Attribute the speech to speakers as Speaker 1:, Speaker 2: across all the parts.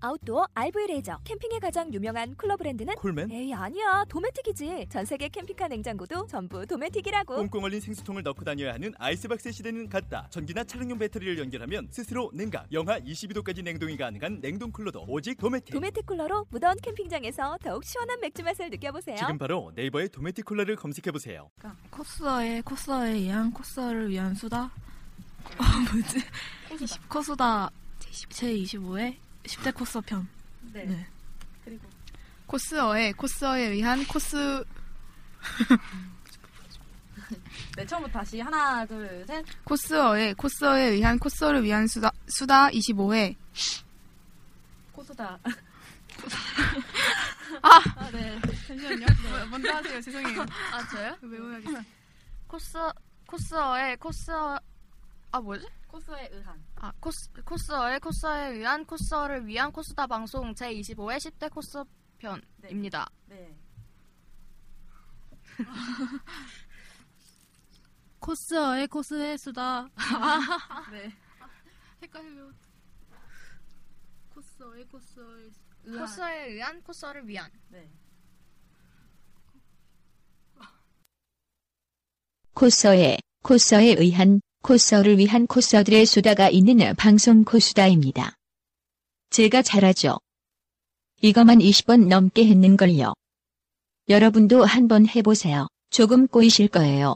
Speaker 1: 아웃도어 RV 레저 캠핑에 가장 유명한 쿨러 브랜드는
Speaker 2: 콜맨?
Speaker 1: 에이 아니야 도메틱이지 전 세계 캠핑카 냉장고도 전부 도메틱이라고
Speaker 2: 꽁꽁 얼린 생수통을 넣고 다녀야 하는 아이스박스 시대는 갔다. 전기나 차량용 배터리를 연결하면 스스로 냉각, 영하 22도까지 냉동이 가능한 냉동 쿨러도 오직 도메틱.
Speaker 1: 도메틱 쿨러로 무더운 캠핑장에서 더욱 시원한 맥주 맛을 느껴보세요
Speaker 2: 지금 바로 네이버에 도메틱 쿨러를 검색해 보세요.
Speaker 3: 그러니까 코스어의 코스어에 의한 코스어를 위한 수다. 어, 뭐지? 20 코스다 제25회 10대 코스어 편.
Speaker 4: 네.
Speaker 3: 네.
Speaker 5: 코스어에 코스어에 의한 코스
Speaker 4: 네, 처음부터 다시 하나, 둘, 셋.
Speaker 5: 코스어에 코스어에 의한 코스어를 위한 수다 수다 25회
Speaker 4: 코수다.
Speaker 5: 아!
Speaker 4: 아, 네.
Speaker 5: 잠시만요 뭐, 먼저 하세요 죄송해요 그
Speaker 6: 아 저요?
Speaker 5: 외워야겠어요
Speaker 6: 코스 코스어의 코스어 아 뭐지?
Speaker 4: 코스에 의한.
Speaker 6: 아 코스 코스어의 코스어에 의한 코스어를 위한 코스다 방송 제 25회 10대 코스 편입니다.
Speaker 4: 네.
Speaker 7: 코스어의 코스의 수다.
Speaker 6: 아.
Speaker 4: 네.
Speaker 3: 헷갈려. 코스어의 코스어의
Speaker 6: 코스어에 의한 코스어를 위한
Speaker 4: 네.
Speaker 8: 코서에 코서에 의한 코서를 위한 코서들의 수다가 있는 방송 코수다입니다. 제가 잘하죠. 이거만 20번 넘게 했는걸요. 여러분도 한번 해보세요. 조금 꼬이실 거예요.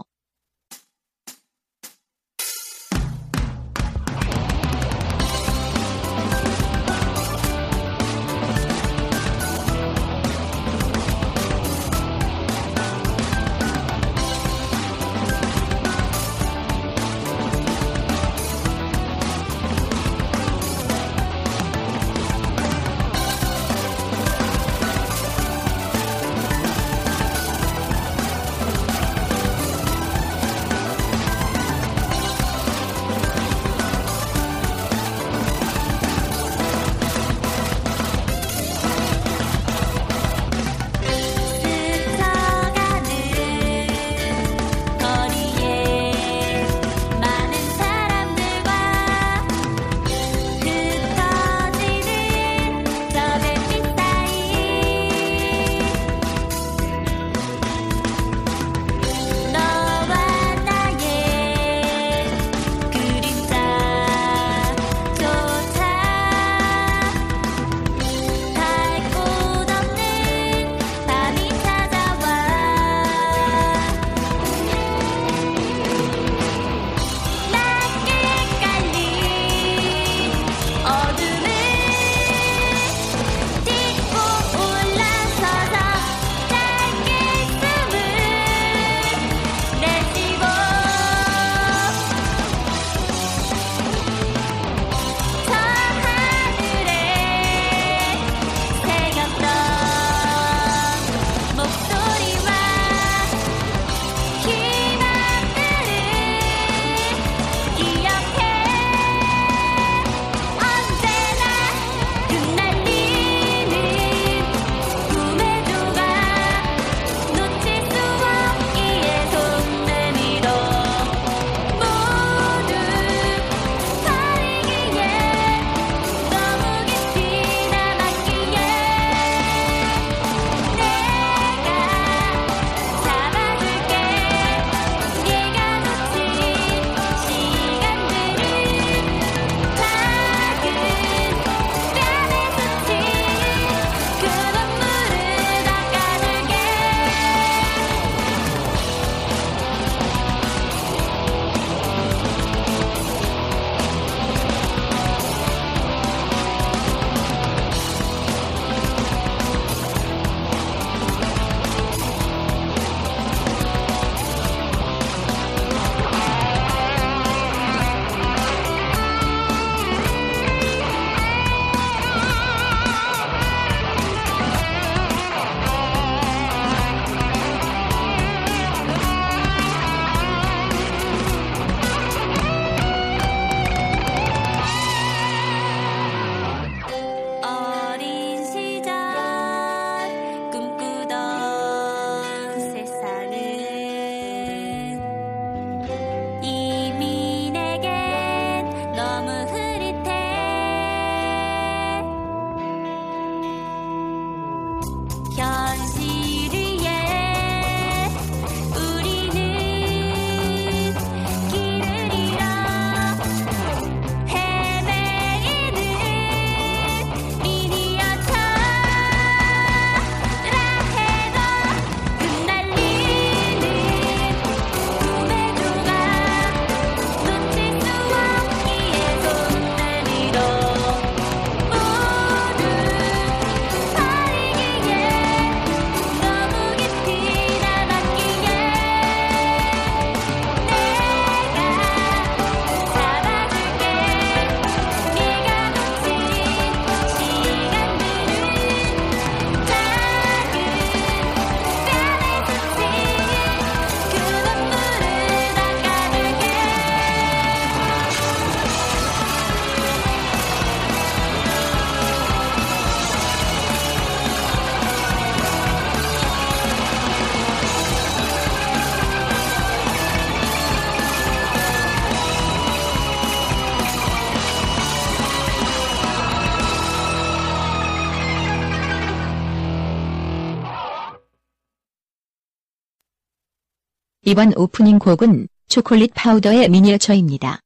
Speaker 8: 이번 오프닝 곡은 초콜릿 파우더의 미니어처입니다.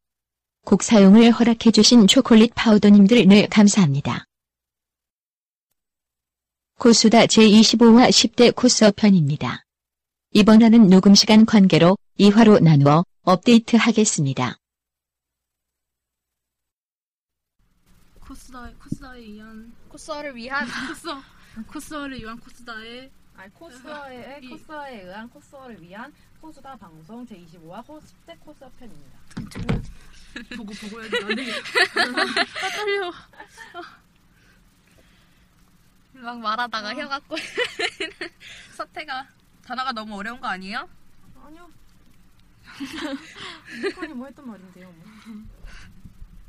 Speaker 8: 곡 사용을 허락해주신 초콜릿 파우더님들 늘 감사합니다. 코수다 제25화 10대 코스어 편입니다. 이번 화는 녹음 시간 관계로 2화로 나누어 업데이트 하겠습니다.
Speaker 7: 코스다의 코스다에 의한
Speaker 6: 코스어를 위한
Speaker 7: 코스어 코스어를 위한 코스다의
Speaker 9: 아니 코스어에
Speaker 7: 이-
Speaker 9: 코스어에 의한 코스어를 위한 코스다 방송 제 25화 코 10대 코스어 편입니다.
Speaker 7: 보고 보고 해야 되나? 안 되겠다. 아 떨려.
Speaker 6: 막 말하다가
Speaker 5: 어.
Speaker 6: 혀가 꼬 사태가 단어가 너무 어려운 거 아니에요?
Speaker 9: 아니요. 이건이 뭐 했던 말인데요. 뭐.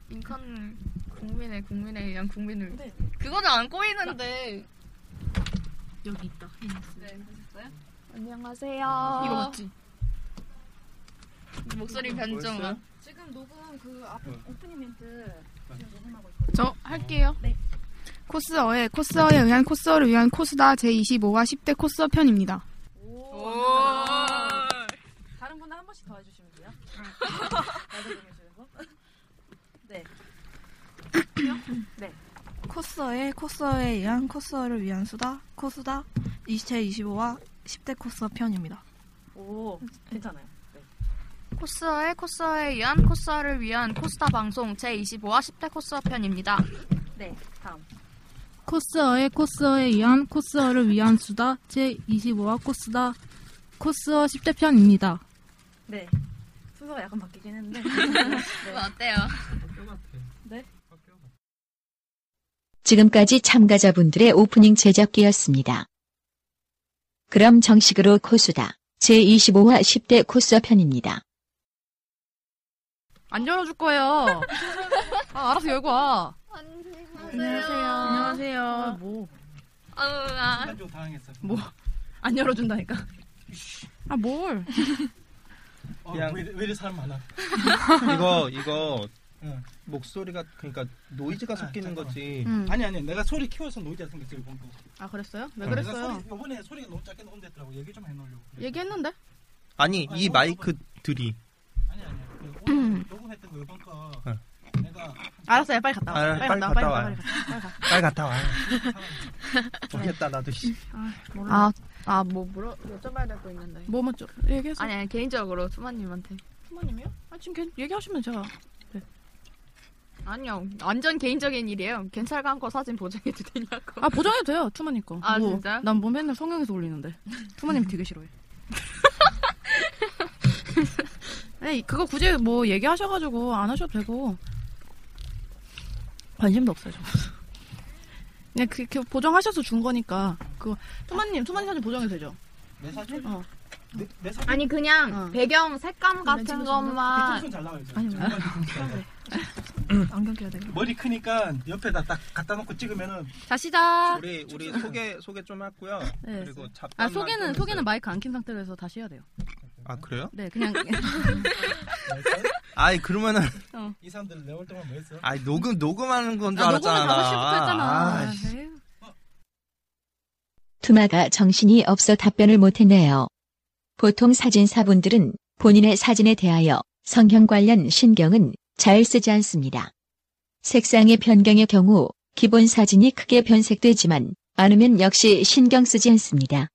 Speaker 6: 인컨 국민의 국민에 의한 국민을
Speaker 9: 네.
Speaker 6: 그거는 안 꼬이는데
Speaker 7: 여기 있다. 예.
Speaker 9: 네, 보셨어요?
Speaker 6: 안녕하세요
Speaker 7: 이거 맞지?
Speaker 6: 아,
Speaker 7: 뭐
Speaker 6: 목소리 변종
Speaker 10: 벌써요?
Speaker 9: 지금 녹음 그 앞,
Speaker 10: 응.
Speaker 9: 오프닝 멘트 지금 녹음하고 있거든요.
Speaker 5: 저 할게요.
Speaker 11: 네.
Speaker 5: 코스어의 코스어에 의한 코스어를 위한 코스다 제25화 10대 코스어 편입니다.
Speaker 9: 오. 다른 분은 한 번씩 더 해주시면 돼요. 나도 좀 해주면서. 네.
Speaker 12: 코스어의 코스어에 의한 코스어를 위한 수다 코수다 2025와 10대 코스어 편입니다.
Speaker 9: 오, 괜찮아요. 네.
Speaker 6: 코스어의 코스어에 의한 코스어를 위한 코스다 방송 제25화 10대 코스어 편입니다
Speaker 9: 네, 다음.
Speaker 7: 코스어의 코스어에 의한 코스어를 위한 수다 제 25화 코스다 코스어 10대 편입니다.
Speaker 9: 네. 순서가 약간 바뀌긴 했는데. 네?
Speaker 6: 이거 뭐 어때요?
Speaker 8: 지금까지 참가자분들의 오프닝 제작기였습니다. 그럼 정식으로 코수다 제25화 10대 코스어 편입니다.
Speaker 11: 안 열어줄 거예요. 아, 알아서 열고 와.
Speaker 6: 안녕하세요
Speaker 11: 안녕하세요. 뭐,
Speaker 6: 아우, 아.
Speaker 13: 좀 당황했어.
Speaker 11: 뭐, 안 열어준다니까. 아, 뭘.
Speaker 13: 그냥
Speaker 10: 왜, 이래 사람
Speaker 11: 어?
Speaker 10: 많아?
Speaker 14: 이거 이거 목소리가 그러니까 노이즈가 섞이는 거지.
Speaker 11: 음.
Speaker 13: 아, 아니 아니 내가 소리 키워서 노이즈가 생겼어 이번 거.
Speaker 11: 아, 그랬어요? 왜
Speaker 14: 응.
Speaker 11: 그랬어요?
Speaker 13: 내가 소리, 이번에 소리가 너무 작게 녹음됐더라고 얘기 좀 해놓으려고. 그래.
Speaker 11: 얘기했는데?
Speaker 14: 아니 이 마이크들이
Speaker 13: 아니 아니 그 오늘 녹음했던 거 이번 거
Speaker 11: 아,
Speaker 14: 응.
Speaker 13: 내가
Speaker 11: 알았어요. 빨리 갔다 와.
Speaker 14: 아, 빨리
Speaker 11: 와,
Speaker 14: 갔다
Speaker 11: 와,
Speaker 14: 와요.
Speaker 11: 갔다 와, 빨리 갔다
Speaker 14: 빨리 갔다 와. 모르겠다 나도. 씨.
Speaker 11: 와. 몰라.
Speaker 6: 아, 아, 뭐, 물어, 여쭤봐야 될 거 있는데.
Speaker 11: 뭐 먼저 얘기해서.
Speaker 6: 아니, 아니, 개인적으로, 투마님한테.
Speaker 11: 부모님이요? 아, 지금 걔 얘기하시면 제가.
Speaker 6: 아니요, 완전 개인적인 일이에요. 괜찮은 거 사진 보정해도 되냐고.
Speaker 11: 아, 보정해도 돼요. 투마님 거.
Speaker 6: 아,
Speaker 11: 뭐,
Speaker 6: 진짜요?
Speaker 11: 난뭐 맨날 성형에서 올리는데. 투마님 되게 싫어해. 아니, 그거 굳이 뭐 얘기하셔가지고 안 하셔도 되고. 관심도 없어요, 저. 그냥 그, 그 보정하셔서 준 거니까. 그거, 투마님, 투마님 사진 보정해도 되죠?
Speaker 13: 내 사진
Speaker 11: 어.
Speaker 13: 내, 내 네, 사진
Speaker 6: 아니, 그냥
Speaker 11: 어. 네,
Speaker 6: 배경 색감 같은
Speaker 11: 찍어주는
Speaker 6: 것만.
Speaker 13: 뒤통수는 잘 나와요. 저.
Speaker 11: 아니,
Speaker 13: 정말
Speaker 11: 아니.
Speaker 13: 뒤통수 잘 나와.
Speaker 11: 안경 껴야 되겠다.
Speaker 13: 머리 크니까 옆에다 딱 갖다 놓고 찍으면은
Speaker 11: 다시다.
Speaker 14: 우리 우리 소개 소개 좀 했고요.
Speaker 11: 네.
Speaker 14: 그리고 잡.
Speaker 11: 아, 소개는, 소개는 마이크 안 킨 상태로 해서 다시 해야 돼요.
Speaker 14: 아 그래요?
Speaker 11: 네, 그냥.
Speaker 14: 아이 그러면은
Speaker 13: 이 사람들 내올 동안 뭐 했어?
Speaker 14: 아이 녹음 녹음하는 건 줄
Speaker 11: 어. 아, 녹음은
Speaker 14: 알았잖아.
Speaker 11: 5시부터 했잖아. 네.
Speaker 14: 아, 씨.
Speaker 11: 에휴.
Speaker 8: 투마가 정신이 없어 답변을 못했네요. 보통 사진사분들은 본인의 사진에 대하여 성형 관련 신경은 잘 쓰지 않습니다. 색상의 변경의 경우 기본 사진이 크게 변색되지만 않으면 역시 신경 쓰지 않습니다.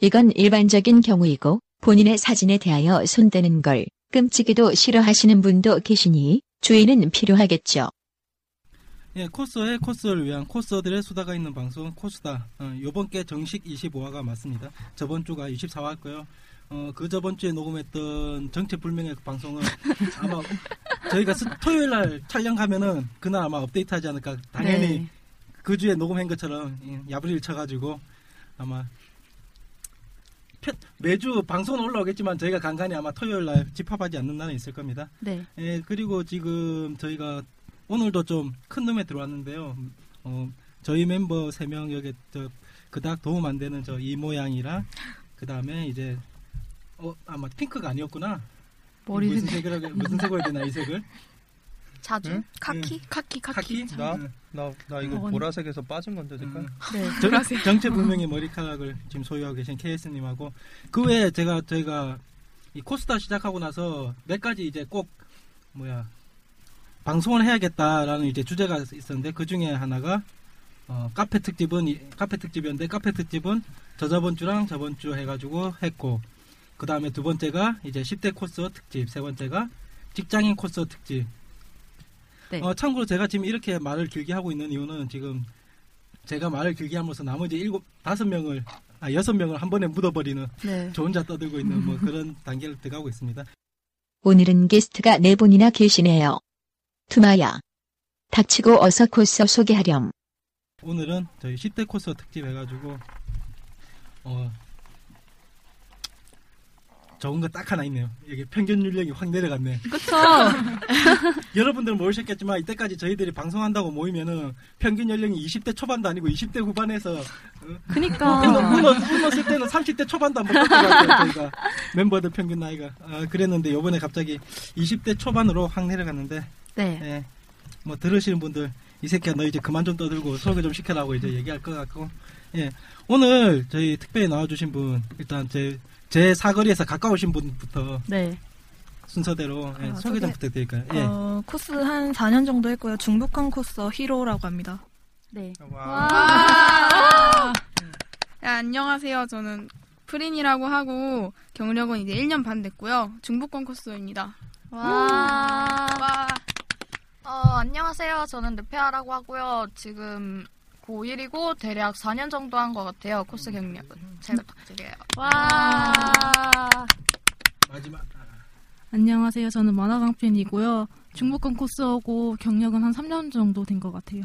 Speaker 8: 이건 일반적인 경우이고 본인의 사진에 대하여 손대는 걸 끔찍이도 싫어하시는 분도 계시니 주의는 필요하겠죠.
Speaker 14: 예, 코스의 코스를 위한 코스들의 수다가 있는 방송 코스다. 어, 이번 게 정식 25화가 맞습니다. 저번 주가 24화였고요. 어, 그 저번 주에 녹음했던 정체불명의 그 방송은 아마 저희가 수- 토요일 날 촬영하면은 그날 아마 업데이트하지 않을까. 당연히
Speaker 11: 네.
Speaker 14: 그 주에 녹음한 것처럼 예, 야부리를 쳐가지고 아마 편- 매주 방송은 올라오겠지만 저희가 간간히 아마 토요일 날 집합하지 않는 날은 있을 겁니다.
Speaker 11: 네.
Speaker 14: 예, 그리고 지금 저희가 오늘도 좀 큰 놈에 들어왔는데요. 어, 저희 멤버 세 명 여기 저, 그닥 도움 안 되는 저 이 모양이랑 그 다음에 이제 어 아마 핑크가 아니었구나.
Speaker 11: 머리
Speaker 14: 무슨 색이라 무슨 색으로 해야 되나 이 색을?
Speaker 6: 자주?
Speaker 14: 응?
Speaker 6: 카키?
Speaker 14: 응.
Speaker 6: 카키,
Speaker 14: 카키? 나? 나, 나
Speaker 11: 이거 어,
Speaker 14: 보라색에서 빠진 건데
Speaker 13: 될까요?
Speaker 11: 네.
Speaker 14: 정체 불명의 머리카락을 지금 소유하고 계신 KS님하고 그 외에 제가 저희가 이 코스다 시작하고 나서 몇 가지 이제 꼭 뭐야 방송을 해야겠다라는 이제 주제가 있었는데 그 중에 하나가 어, 카페 특집은 이- 카페 특집이었는데 카페 특집은 저저번 주랑 저번 주 해가지고 했고 그 다음에 두 번째가 이제 10대 코스 특집 세 번째가 직장인 코스 특집 어, 참고로 제가 지금 이렇게 말을 길게 하고 있는 이유는 지금 제가 말을 길게 하면서 나머지 일곱 다섯 명을 아 여섯 명을 한 번에 묻어버리는
Speaker 15: 네.
Speaker 14: 저 혼자 떠들고 있는 뭐 그런 단계를 들어가고 있습니다.
Speaker 8: 오늘은 게스트가 네 분이나 계시네요. 투마야. 닥치고 어서 코스 소개하렴.
Speaker 14: 오늘은 저희 10대 코스 특집 해가지고 어 좋은 거 딱 하나 있네요. 여기 평균 연령이 확 내려갔네.
Speaker 3: 그쵸?
Speaker 14: 여러분들은 모르셨겠지만 이때까지 저희들이 방송한다고 모이면은 평균 연령이 20대 초반도 아니고 20대 후반에서 어? 뭐
Speaker 3: 그니까.
Speaker 14: 무너 을 때는 30대 초반도 안 먹었던 것 같아요. 저희가 멤버들 평균 나이가 아, 그랬는데 요번에 갑자기 20대 초반으로 확 내려갔는데
Speaker 3: 네.
Speaker 14: 예. 뭐 들으시는 분들 이 새끼야 너 이제 그만 좀 떠들고 소개 좀 시켜라고 이제 얘기할 것 같고 예 오늘 저희 특별히 나와주신 분 일단 제, 제 사거리에서 가까우신 분부터
Speaker 11: 네.
Speaker 14: 순서대로 예,
Speaker 11: 아,
Speaker 14: 소개 좀
Speaker 11: 소개.
Speaker 14: 부탁드릴까요? 예.
Speaker 11: 어, 코스 한 4년 정도 했고요. 중북한 코스어 히로라고 합니다.
Speaker 5: 네.
Speaker 11: 와.
Speaker 5: 네, 안녕하세요. 저는 프린이라고 하고 경력은 이제 1년 반 됐고요. 중복권 코스입니다. 음.
Speaker 6: 와. 어, 안녕하세요. 저는 르페아라고 하고요. 지금 고1이고 대략 4년 정도 한 것 같아요. 코스
Speaker 13: 음.
Speaker 6: 경력은. 잘 부탁드려요. 와.
Speaker 14: 마지막
Speaker 7: 안녕하세요. 저는 만화강팬이고요. 중국권 코스하고 경력은 한 3년 정도 된 것 같아요.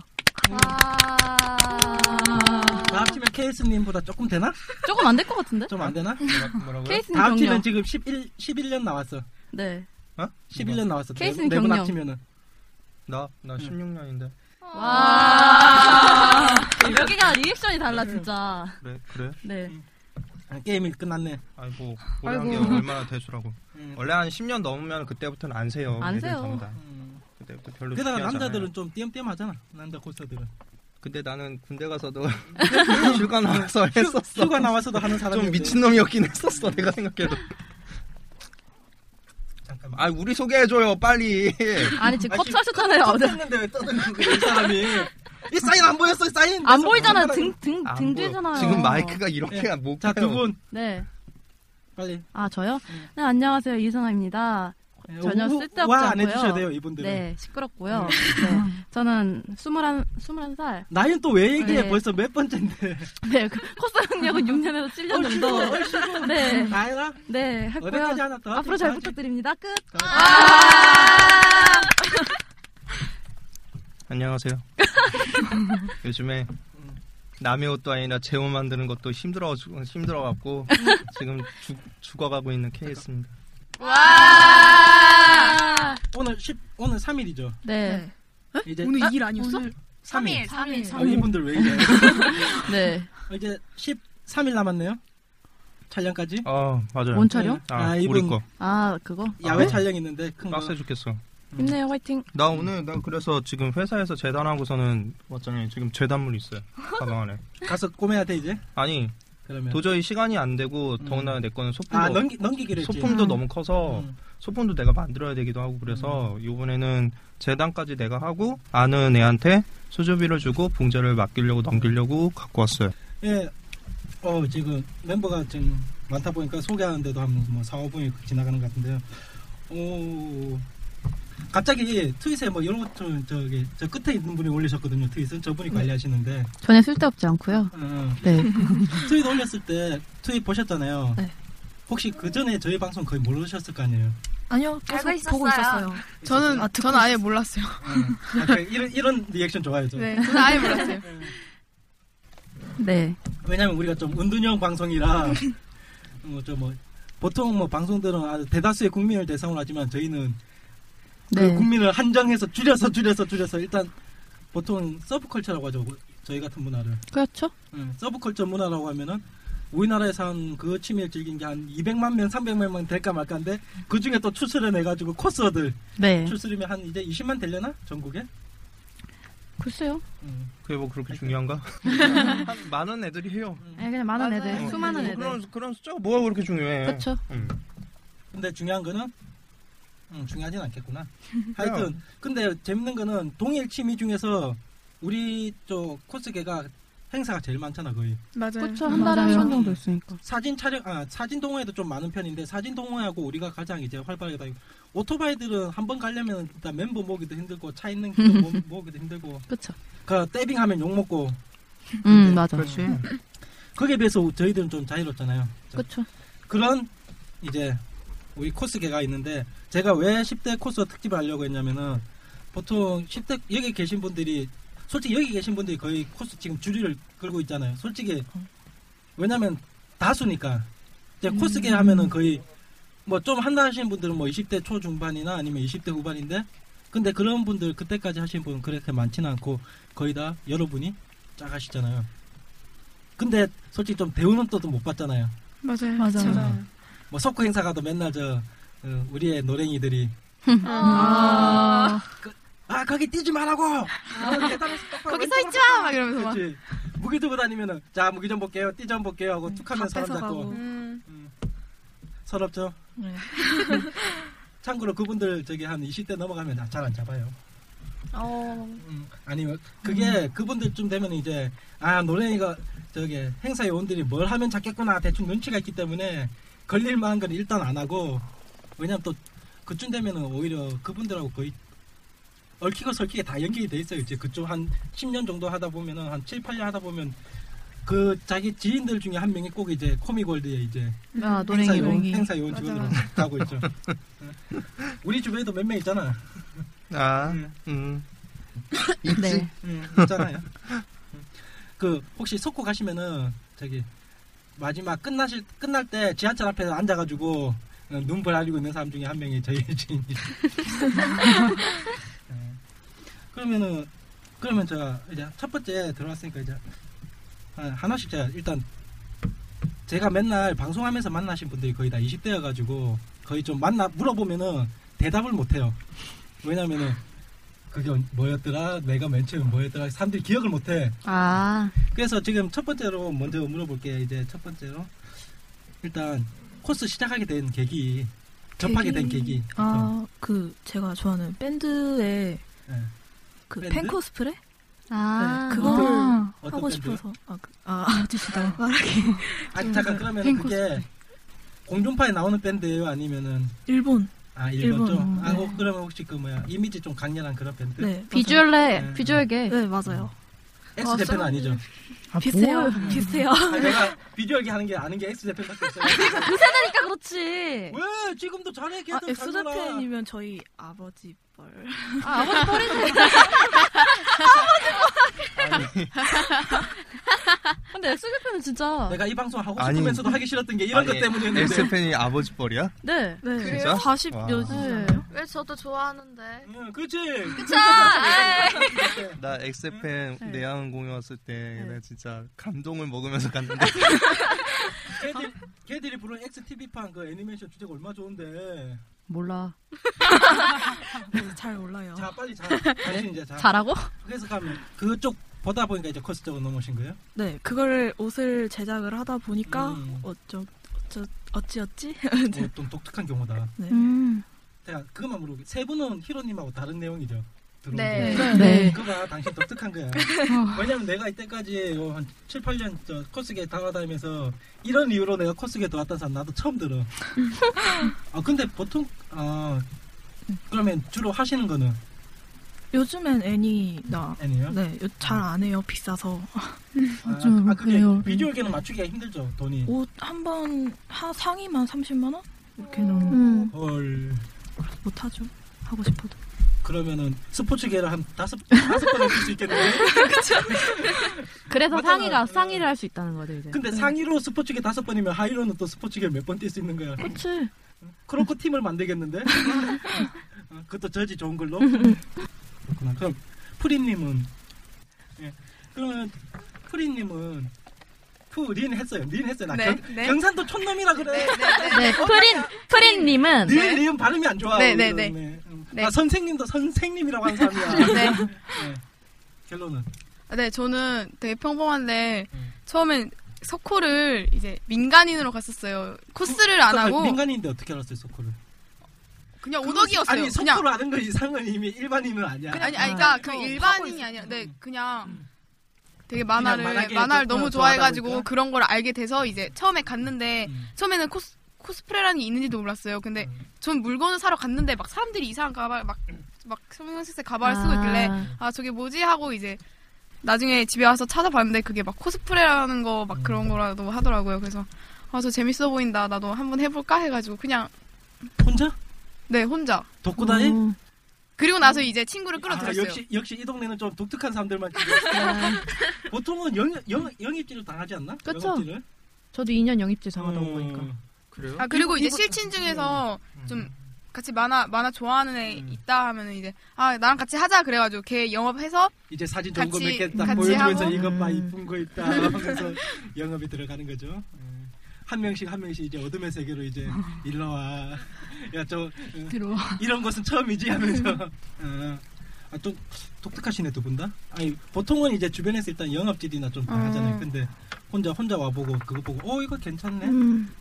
Speaker 14: 그 다 합치면 케이스님보다 조금 되나?
Speaker 11: 조금 안 될 것 같은데? 음.
Speaker 14: 좀 안 되나? 뭐라- 뭐라고요?
Speaker 11: 케이스님
Speaker 14: 다 합치면
Speaker 11: 경력.
Speaker 14: 지금 11 11년 나왔어.
Speaker 11: 네.
Speaker 14: 어? 11년 나왔어.
Speaker 11: 케이스님
Speaker 14: 네분
Speaker 11: 경력.
Speaker 14: 합치면은
Speaker 13: 음.
Speaker 14: 음.
Speaker 13: 나, 나 16년인데.
Speaker 14: 아.
Speaker 11: 와. 여기가 리액션이 달라 진짜.
Speaker 13: 그래, 그래?
Speaker 11: 네.
Speaker 14: 아, 게임이 끝났네.
Speaker 13: 아이고, 오래 한 게
Speaker 11: 아이고.
Speaker 13: 얼마나 대수라고. 원래 한 10년 넘으면 그때부터는 안 세요.
Speaker 14: 안
Speaker 13: 애들
Speaker 14: 세요.
Speaker 13: 전부 다. 그때부터 별로
Speaker 14: 게다가
Speaker 13: 특이하잖아요.
Speaker 14: 남자들은 좀 띄엄띄엄하잖아. 남자 코스들은.
Speaker 13: 근데 나는 군대 가서도 휴가 나와서
Speaker 14: 휴-
Speaker 13: 했었어.
Speaker 14: 휴가 나와서도 하는 사람이
Speaker 13: 좀 미친놈이었긴 했었어. 내가 생각해도. 잠깐만. 아, 우리 소개해줘요, 빨리.
Speaker 11: 아니 지금 컷하셨잖아요. 네.
Speaker 14: 컷했는데 왜 떠드는 거야 이그 사람이? 이 사인 안 보였어, 이 사인.
Speaker 11: 안 보이잖아.
Speaker 14: 손가락이-
Speaker 11: 등등
Speaker 13: 안
Speaker 11: 음, 등
Speaker 13: 보여.
Speaker 11: 뒤잖아요.
Speaker 13: 지금 마이크가 이렇게
Speaker 14: 예.
Speaker 13: 못.
Speaker 14: 자, 두 분.
Speaker 11: 네.
Speaker 14: 빨리.
Speaker 11: 아 저요? 네 안녕하세요 이선아입니다.
Speaker 14: 네,
Speaker 11: 전혀
Speaker 14: 우-
Speaker 11: 쓸데없지
Speaker 14: 우아
Speaker 11: 않고요.
Speaker 14: 안 해주셔도 돼요, 이분들은.
Speaker 11: 네 시끄럽고요. 네, 저는 스물한 스물한 살.
Speaker 14: 나이는 또 왜 얘기해?
Speaker 11: 네.
Speaker 14: 벌써 몇 번째인데.
Speaker 11: 네 그- 코스 경력은 6년에서 7년
Speaker 14: 얼씨구,
Speaker 11: 정도.
Speaker 14: 얼씨구.
Speaker 11: 네.
Speaker 14: 다 해라.
Speaker 11: 네 했고요.
Speaker 14: 어디까지 하나 더
Speaker 11: 앞으로 잘
Speaker 14: 하지? 아.
Speaker 11: 부탁드립니다. 끝.
Speaker 13: 안녕하세요. 요즘에 남의 옷도 아니라 제 옷 만드는 것도 힘들어 힘들어 갖고 지금 죽, 죽어가고 있는 케이스입니다.
Speaker 14: 오늘 10 오늘 3일이죠.
Speaker 11: 네.
Speaker 14: 이제
Speaker 15: 오늘
Speaker 14: 아,
Speaker 15: 일 아니었어?
Speaker 14: 오늘
Speaker 15: 삼일,
Speaker 14: 3일.
Speaker 15: 삼일,
Speaker 14: 아,
Speaker 15: 삼일.
Speaker 14: 이분들 왜 이래?
Speaker 11: 네.
Speaker 14: 이제 13일 남았네요. 촬영까지?
Speaker 13: 아 맞아요.
Speaker 11: 뭔 촬영?
Speaker 13: 아,
Speaker 14: 아,
Speaker 13: 우리
Speaker 14: 이분
Speaker 13: 거.
Speaker 11: 아 그거.
Speaker 14: 야외
Speaker 13: 아,
Speaker 14: 촬영 있는데 큰 거.
Speaker 13: 빡세 죽겠어.
Speaker 11: 힘내요 화이팅.
Speaker 13: 나 오늘 나 그래서 지금 회사에서 재단하고서는 왔잖아요. 지금 재단물 있어요. 가방 안에.
Speaker 14: 가서 꼬매야 돼 이제.
Speaker 13: 아니
Speaker 14: 그러면
Speaker 13: 도저히 시간이 안 되고 더군다나 내 거는 소품도
Speaker 14: 아, 넘기- 넘기기로 했지.
Speaker 13: 소품도
Speaker 14: 음. 음.
Speaker 13: 너무 커서 소품도 내가 만들어야 되기도 하고 그래서 이번에는 재단까지 내가 하고 아는 애한테 수조비를 주고 봉제를 맡기려고 넘기려고 갖고 왔어요.
Speaker 14: 예. 어, 지금 멤버가 지금 많다 보니까 소개하는데도 한뭐 4, 5분이 지나가는 것 같은데요. 오. 갑자기 트윗에 뭐 이런 것좀 저기 저 끝에 있는 분이 올리셨거든요. 트윗은 저분이 관리하시는데
Speaker 16: 전혀 쓸데없지 않고요.
Speaker 14: 어,
Speaker 16: 네.
Speaker 14: 트윗 올렸을 때 트윗 보셨잖아요. 혹시 그 전에 저희 방송 거의 모르셨을 거 아니에요.
Speaker 16: 아니요, 계속
Speaker 5: 알고 있었어요.
Speaker 16: 보고 있었어요.
Speaker 5: 저는 저는 아예 몰랐어요.
Speaker 14: 아, 그 이런 이런 리액션 좋아요. 저.
Speaker 5: 네, 저는 아예 몰랐어요.
Speaker 11: 네.
Speaker 14: 왜냐면 우리가 좀 은둔형 방송이라 뭐좀뭐 보통 뭐 방송들은 아주 대다수의 국민을 대상으로 하지만 저희는
Speaker 11: 네.
Speaker 14: 그 국민을 한정해서 줄여서 줄여서 줄여서 일단 보통 서브컬처라고 하죠. 저희 같은 문화를.
Speaker 16: 그렇죠.
Speaker 14: 음, 서브컬처 문화라고 하면은 우리나라에서 한 그 취미를 즐긴 게 한 200만 명, 300만 명 될까 말까인데 그 중에 또 추스려 내 가지고 코스어들
Speaker 16: 네.
Speaker 14: 추스리면 한 이제 20만 되려나 전국에?
Speaker 16: 글쎄요.
Speaker 13: 그게 뭐 그렇게 중요한가? 한 많은 애들이 해요.
Speaker 14: 네,
Speaker 11: 아니, 그냥 많은 네, 애들, 수많은
Speaker 13: 어,
Speaker 11: 애들.
Speaker 13: 그런 그런 숫자가 뭐가 그렇게 중요해?
Speaker 11: 그쵸.
Speaker 13: 음.
Speaker 14: 근데 중요한 거는 음, 중요하진 않겠구나. 하여튼 근데 재밌는 거는 동일 취미 중에서 우리 저 코스계가 행사가 제일 많잖아 거의.
Speaker 5: 맞아요.
Speaker 16: 그쵸, 한 달에 한번 정도 있으니까.
Speaker 14: 사진 촬영 아 사진 동호회도 좀 많은 편인데 사진 동호회하고 우리가 가장 이제 활발하게 다니고 오토바이들은 한 번 가려면 일단 멤버 모으기도 힘들고 차 있는 길 모, 으 기도 힘들고.
Speaker 16: 그쵸.
Speaker 14: 그 떼빙하면 욕 먹고
Speaker 16: 음 맞아.
Speaker 11: 그렇죠.
Speaker 14: 네. 거기에 비해서 저희들은 좀 자유롭잖아요.
Speaker 16: 그쵸.
Speaker 14: 그런 이제 우리 코스계가 있는데 제가 왜 10대 코스 특집을 하려고 했냐면은 보통 10대 여기 계신 분들이 솔직히 여기 계신 분들이 거의 코스 지금 주류를 끌고 있잖아요. 솔직히 왜냐면 다수니까 이제
Speaker 16: 음.
Speaker 14: 코스계 하면은 거의 뭐 좀 한다 하시는 분들은 뭐 20대 초 중반이나 아니면 20대 후반인데 근데 그런 분들 그때까지 하신 분은 그렇게 많지는 않고 거의 다 여러분이 짝 하시잖아요. 근데 솔직히 좀 대우는 또못 받잖아요.
Speaker 5: 맞아요.
Speaker 14: 맞아요. 뭐 석고 행사 가도 맨날 저 어, 우리의 노랭이들이
Speaker 5: 아.
Speaker 14: 그, 아 거기 뛰지 말라고
Speaker 5: 거기 서 있지 마! 막 이러면서 막.
Speaker 14: 그치. 무기 들고 다니면은 자 무기 좀 볼게요 뛰 좀 볼게요 하고 툭 하면 사람 잡고
Speaker 16: 음.
Speaker 14: 서럽죠 참고로 그분들 저기 한 20대 넘어가면 잘 안 잡아요 음, 아니면 그게
Speaker 16: 음.
Speaker 14: 그분들쯤 되면 이제 아 노랭이가 저기 행사에 온들이 뭘 하면 잡겠구나 대충 눈치가 있기 때문에 걸릴만한 건 일단 안 하고 왜냐면 또 그쯤 되면은 오히려 그분들하고 거의 얽히고 설키게 다 연결이 돼 있어요 이제 그쪽 한 10년 정도 하다 보면은 한 7, 8년 하다 보면 그 자기 지인들 중에 한 명이 꼭 이제 코미골드에 이제
Speaker 16: 아, 노랭이,
Speaker 14: 행사 요원
Speaker 16: 노랭이.
Speaker 14: 행사 요원
Speaker 16: 맞아.
Speaker 14: 직원으로 가고 있죠 어. 우리 주변에도 몇 명 있잖아
Speaker 13: 아, 음.
Speaker 14: 있지.
Speaker 13: 네.
Speaker 14: 응, 음. 있잖아요. 그 혹시 석고 가시면은 저기 마지막 끝나실 끝날 때 지하철 앞에 앉아가지고 어, 눈물 흘리고 있는 사람 중에 한 명이 저희 지인이. 네. 그러면은 그러면 제가 이제 첫 번째 들어왔으니까 이제 한- 하나씩 제가 일단 제가 맨날 방송하면서 만나신 분들이 거의 다 20대여가지고 거의 좀 만나 물어보면은 대답을 못해요. 왜냐면은 그게 뭐였더라 내가 맨 처음 뭐였더라 사람들이 기억을 못해
Speaker 16: 아.
Speaker 14: 그래서 지금 첫 번째로 먼저 물어볼게 이제 첫 번째로 일단 코스 시작하게 된 계기 접하게 된 계기 어.
Speaker 12: 아, 그 제가 좋아하는 밴드의
Speaker 14: 네.
Speaker 12: 그
Speaker 14: 밴드?
Speaker 12: 팬코스프레?
Speaker 16: 아.
Speaker 12: 네, 그거를
Speaker 16: 아.
Speaker 12: 하고
Speaker 14: 어떤
Speaker 12: 싶어서
Speaker 14: 밴드요?
Speaker 12: 아, 그, 아, 아저씨다 말하기 네.
Speaker 14: 아니 잠깐 그러면
Speaker 12: 음, 팬코스.
Speaker 14: 그게 공중파에 나오는 밴드예요 아니면은
Speaker 12: 일본
Speaker 14: 아 일본 쪽
Speaker 12: 일본,
Speaker 14: 아,
Speaker 12: 네.
Speaker 14: 어, 그러면 혹시 그 뭐야 이미지 좀 강렬한 그런 밴드
Speaker 12: 네,
Speaker 16: 비주얼에
Speaker 14: 네.
Speaker 16: 비주얼계.
Speaker 12: 네 맞아요.
Speaker 14: X 대표는 아니죠
Speaker 12: 비슷해요. 비슷해요.
Speaker 14: 아니, 내가 비주얼계 하는 게 아는 게 X 대표밖에 없어요
Speaker 12: 그세대니까 그렇지.
Speaker 14: 왜 지금도 전에
Speaker 12: 아,
Speaker 14: 걔들
Speaker 12: 엑소드
Speaker 14: 잘놀아.
Speaker 12: 팬이면 저희 아버지 뻘.
Speaker 16: 아, 아버지 뻘이네.
Speaker 12: 아버지 뻘.
Speaker 16: 근데 엑스제팬은
Speaker 13: 네.
Speaker 16: 진짜
Speaker 14: 내가 이 방송 하고
Speaker 13: 아니.
Speaker 14: 싶으면서도 하기 싫었던 게 이런 것 때문이었는데 네.
Speaker 13: 엑스팬이 아버지 뻘이야?
Speaker 16: 네.
Speaker 13: 그래요? 진짜? 40 와. 음, 몇이잖아요.
Speaker 6: 왜 저도 좋아하는데?
Speaker 14: 그렇지.
Speaker 6: 그쵸. 에이.
Speaker 13: 나
Speaker 14: 음.
Speaker 13: 엑스팬
Speaker 14: 네.
Speaker 13: 내한 공연 왔을 때 내가 진짜 감동을 먹으면서 갔는데
Speaker 14: 걔들, 걔들이 부른 XTV판 그 애니메이션 주제가 얼마 좋은데
Speaker 16: 몰라.
Speaker 12: 네, 잘 몰라요.
Speaker 14: 자 빨리 자 당신 이제 자
Speaker 16: 자라고?
Speaker 14: 그래서 가면 그쪽 보다 보니까 이제 코스 쪽으로 넘어오신 거예요?
Speaker 12: 네, 그거를 옷을 제작을 하다 보니까
Speaker 14: 음.
Speaker 12: 어쩜 어쩌 어찌어찌? 네.
Speaker 14: 어, 좀 독특한 경우다
Speaker 12: 네.
Speaker 14: 제가 그것만 물어볼게요 세 분은 히로님하고 다른 내용이죠? 들어온
Speaker 12: 네.
Speaker 14: 게.
Speaker 12: 네. 네.
Speaker 14: 그거가 당신 독특한 거야
Speaker 12: 어.
Speaker 14: 왜냐면 내가 이때까지 요한 7, 8년 저 코스계 다가다니면서 이런 이유로 내가 코스계 들어왔던 사람 나도 처음 들어 아 근데 보통 아 그러면 주로 하시는 거는
Speaker 12: 요즘엔 애니나
Speaker 14: 애니요? 음.
Speaker 12: 네, 잘 안 해요. 비싸서.
Speaker 14: 아, 그게 비주얼계는 맞추기가 힘들죠 돈이
Speaker 12: 옷 한 번 상의만 30만 원 이렇게 나오고
Speaker 14: 헐
Speaker 12: 못하죠 하고 싶어도
Speaker 14: 그러면은 스포츠계를 한 다섯 다섯 번 했을 수 있겠네
Speaker 16: 그래서
Speaker 14: 맞잖아.
Speaker 16: 상의가 상의를 할 수 있다는 거죠 이제.
Speaker 14: 네.
Speaker 11: 네.
Speaker 14: 근데 상의로 스포츠계 다섯 번이면 하의로는 또 스포츠계 몇 번 뛸 수 있는 거야
Speaker 16: 그치.
Speaker 14: 그렇고 팀을 만들겠는데 어, 그것도 저지 좋은 걸로
Speaker 16: 음,
Speaker 14: 그렇구나 그럼 프리님은 예. 그러면 프리님은 프린 했어요 린 했어요 나
Speaker 16: 네,
Speaker 14: 경,
Speaker 16: 네.
Speaker 14: 경산도 촌놈이라 그래 어,
Speaker 16: 네, 프린 프린님은
Speaker 14: 네. 네. 네. 발음이 안 좋아.
Speaker 16: 네, 네,
Speaker 14: 오늘은.
Speaker 16: 네.
Speaker 14: 음.
Speaker 17: 네.
Speaker 14: 아, 선생님도 선생님이라고 하는 사람이야. 예.
Speaker 17: 네.
Speaker 14: 결론은
Speaker 5: 아,
Speaker 17: 네, 저는 되게 평범한데 처음엔
Speaker 5: 석호를 이제 민간인으로 갔었어요. 그 코스를 안
Speaker 14: 아,
Speaker 5: 하고
Speaker 14: 민간인인데 어떻게 알았어요 소코를?
Speaker 5: 그냥 오덕이었어요.
Speaker 14: 아니
Speaker 5: 그냥
Speaker 14: 소코를 아는 거 이상은 이미 일반인은 아니야.
Speaker 5: 그냥 아니 아니 그러니까 그 일반인이 아니라 네 그냥 되게 만화를
Speaker 14: 음. 그냥 만화계
Speaker 5: 만화를
Speaker 14: 그
Speaker 5: 너무
Speaker 14: 그런 좋아하다
Speaker 5: 좋아해가지고
Speaker 14: 보니까?
Speaker 5: 그런 걸 알게 돼서 이제 처음에 갔는데 처음에는 코스 코스프레라는 게 있는지도 몰랐어요. 근데
Speaker 14: 음.
Speaker 5: 전 물건을 사러 갔는데 막 사람들이 이상한 가발 막막 소명색색 가발 쓰고
Speaker 6: 아.
Speaker 5: 있길래 아 저게 뭐지 하고 이제 나중에 집에 와서 찾아봤는데 그게 막 코스프레라는 거 막 그런
Speaker 14: 음.
Speaker 5: 거라도 하더라고요. 그래서 아 저 재밌어 보인다. 나도 한번 해볼까 해가지고 그냥
Speaker 14: 혼자?
Speaker 5: 네 혼자
Speaker 14: 독고다니?
Speaker 5: 그리고 나서 이제 친구를
Speaker 14: 아,
Speaker 5: 그러니까 끌어들였어요.
Speaker 14: 역시 역시 이 동네는 좀 독특한 사람들만 지금 보통은 영, 영, 영입지를 당하지 않나?
Speaker 16: 그쵸.
Speaker 14: 영업지를?
Speaker 16: 저도 2년 영입제 당하다 고 보니까.
Speaker 14: 음, 그래요?
Speaker 5: 아 그리고 이제 실친 중에서 좀 같이 만화 만화 좋아하는 애 있다 하면은 이제 아 나랑 같이 하자 그래가지고 걔 영업해서
Speaker 14: 이제 사진 좋은 거
Speaker 5: 같이-
Speaker 14: 몇 개 딱
Speaker 5: 같이
Speaker 14: 보여주면서
Speaker 5: 하고. 음.
Speaker 14: 이것 봐 이쁜 거 있다 하면서 영업에 들어가는 거죠. 음. 한 명씩 한 명씩 이제 어둠의 세계로 이제 일러와 야저
Speaker 16: 들어와.
Speaker 14: 이런 것은 처음이지 하면서 어. 아좀 독특하시네 두 분 다. 아니 보통은 이제 주변에서 일단 영업질이나 좀 당하잖아요.
Speaker 16: 음.
Speaker 14: 근데 혼자 혼자 와보고 그거 보고 어 이거 괜찮네.
Speaker 16: 음.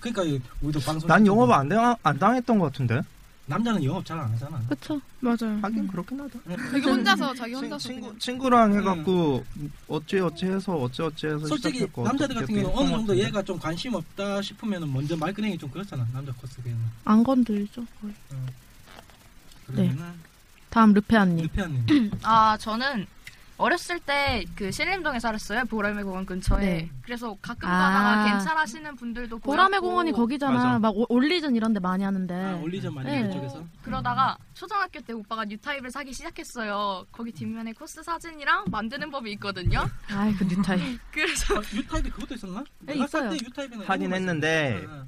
Speaker 14: 그러니까 우리도 방송
Speaker 13: 난 영업 안, 당, 안 당했던 것 같은데.
Speaker 14: 남자는 영업 잘 안 하잖아.
Speaker 16: 그쵸.
Speaker 5: 맞아요.
Speaker 13: 하긴 그렇긴 하다.
Speaker 14: 음.
Speaker 5: 자기 혼자서 자기 혼자서
Speaker 13: 친구 친구랑 해갖고 어찌 어찌 해서 어찌 어찌 해서
Speaker 14: 음. 솔직히
Speaker 13: 시작했고
Speaker 14: 남자들
Speaker 13: 어떻게
Speaker 14: 같은 경우는
Speaker 13: 어떻게
Speaker 14: 어느 정도
Speaker 13: 했던 것
Speaker 14: 얘가 좀 관심 없다 싶으면 먼저 말그랭이 좀 그렇잖아 남자 코스에는
Speaker 11: 안 건들죠 거의. 네.
Speaker 14: 음. 그러면은
Speaker 11: 다음 르페아님.
Speaker 14: 르페아님.
Speaker 6: 아 저는 어렸을 때 그 신림동에 살았어요 보라매 공원 근처에
Speaker 16: 네.
Speaker 6: 그래서 가끔
Speaker 16: 아.
Speaker 6: 가다가 괜찮아시는 분들도
Speaker 16: 보라매
Speaker 6: 보였고
Speaker 16: 공원이 거기잖아.
Speaker 14: 맞아. 아,
Speaker 16: 막 올- 올리전 이런 데 많이 하는데.
Speaker 14: 올리전 많이
Speaker 16: 네.
Speaker 14: 하는 쪽에서
Speaker 6: 그러다가 초등학교 때 오빠가 뉴타입을 사기 시작했어요 거기 뒷면에 코스 사진이랑 만드는 법이 있거든요
Speaker 16: 아이 그 뉴타입.
Speaker 6: 그래서
Speaker 14: 아, 유타입이 그것도 있었나?
Speaker 6: 네,
Speaker 14: 내가 살
Speaker 6: 있어요.
Speaker 14: 때 유타입에는
Speaker 13: 하긴
Speaker 14: 이런 거
Speaker 13: 했는데
Speaker 14: 있었어.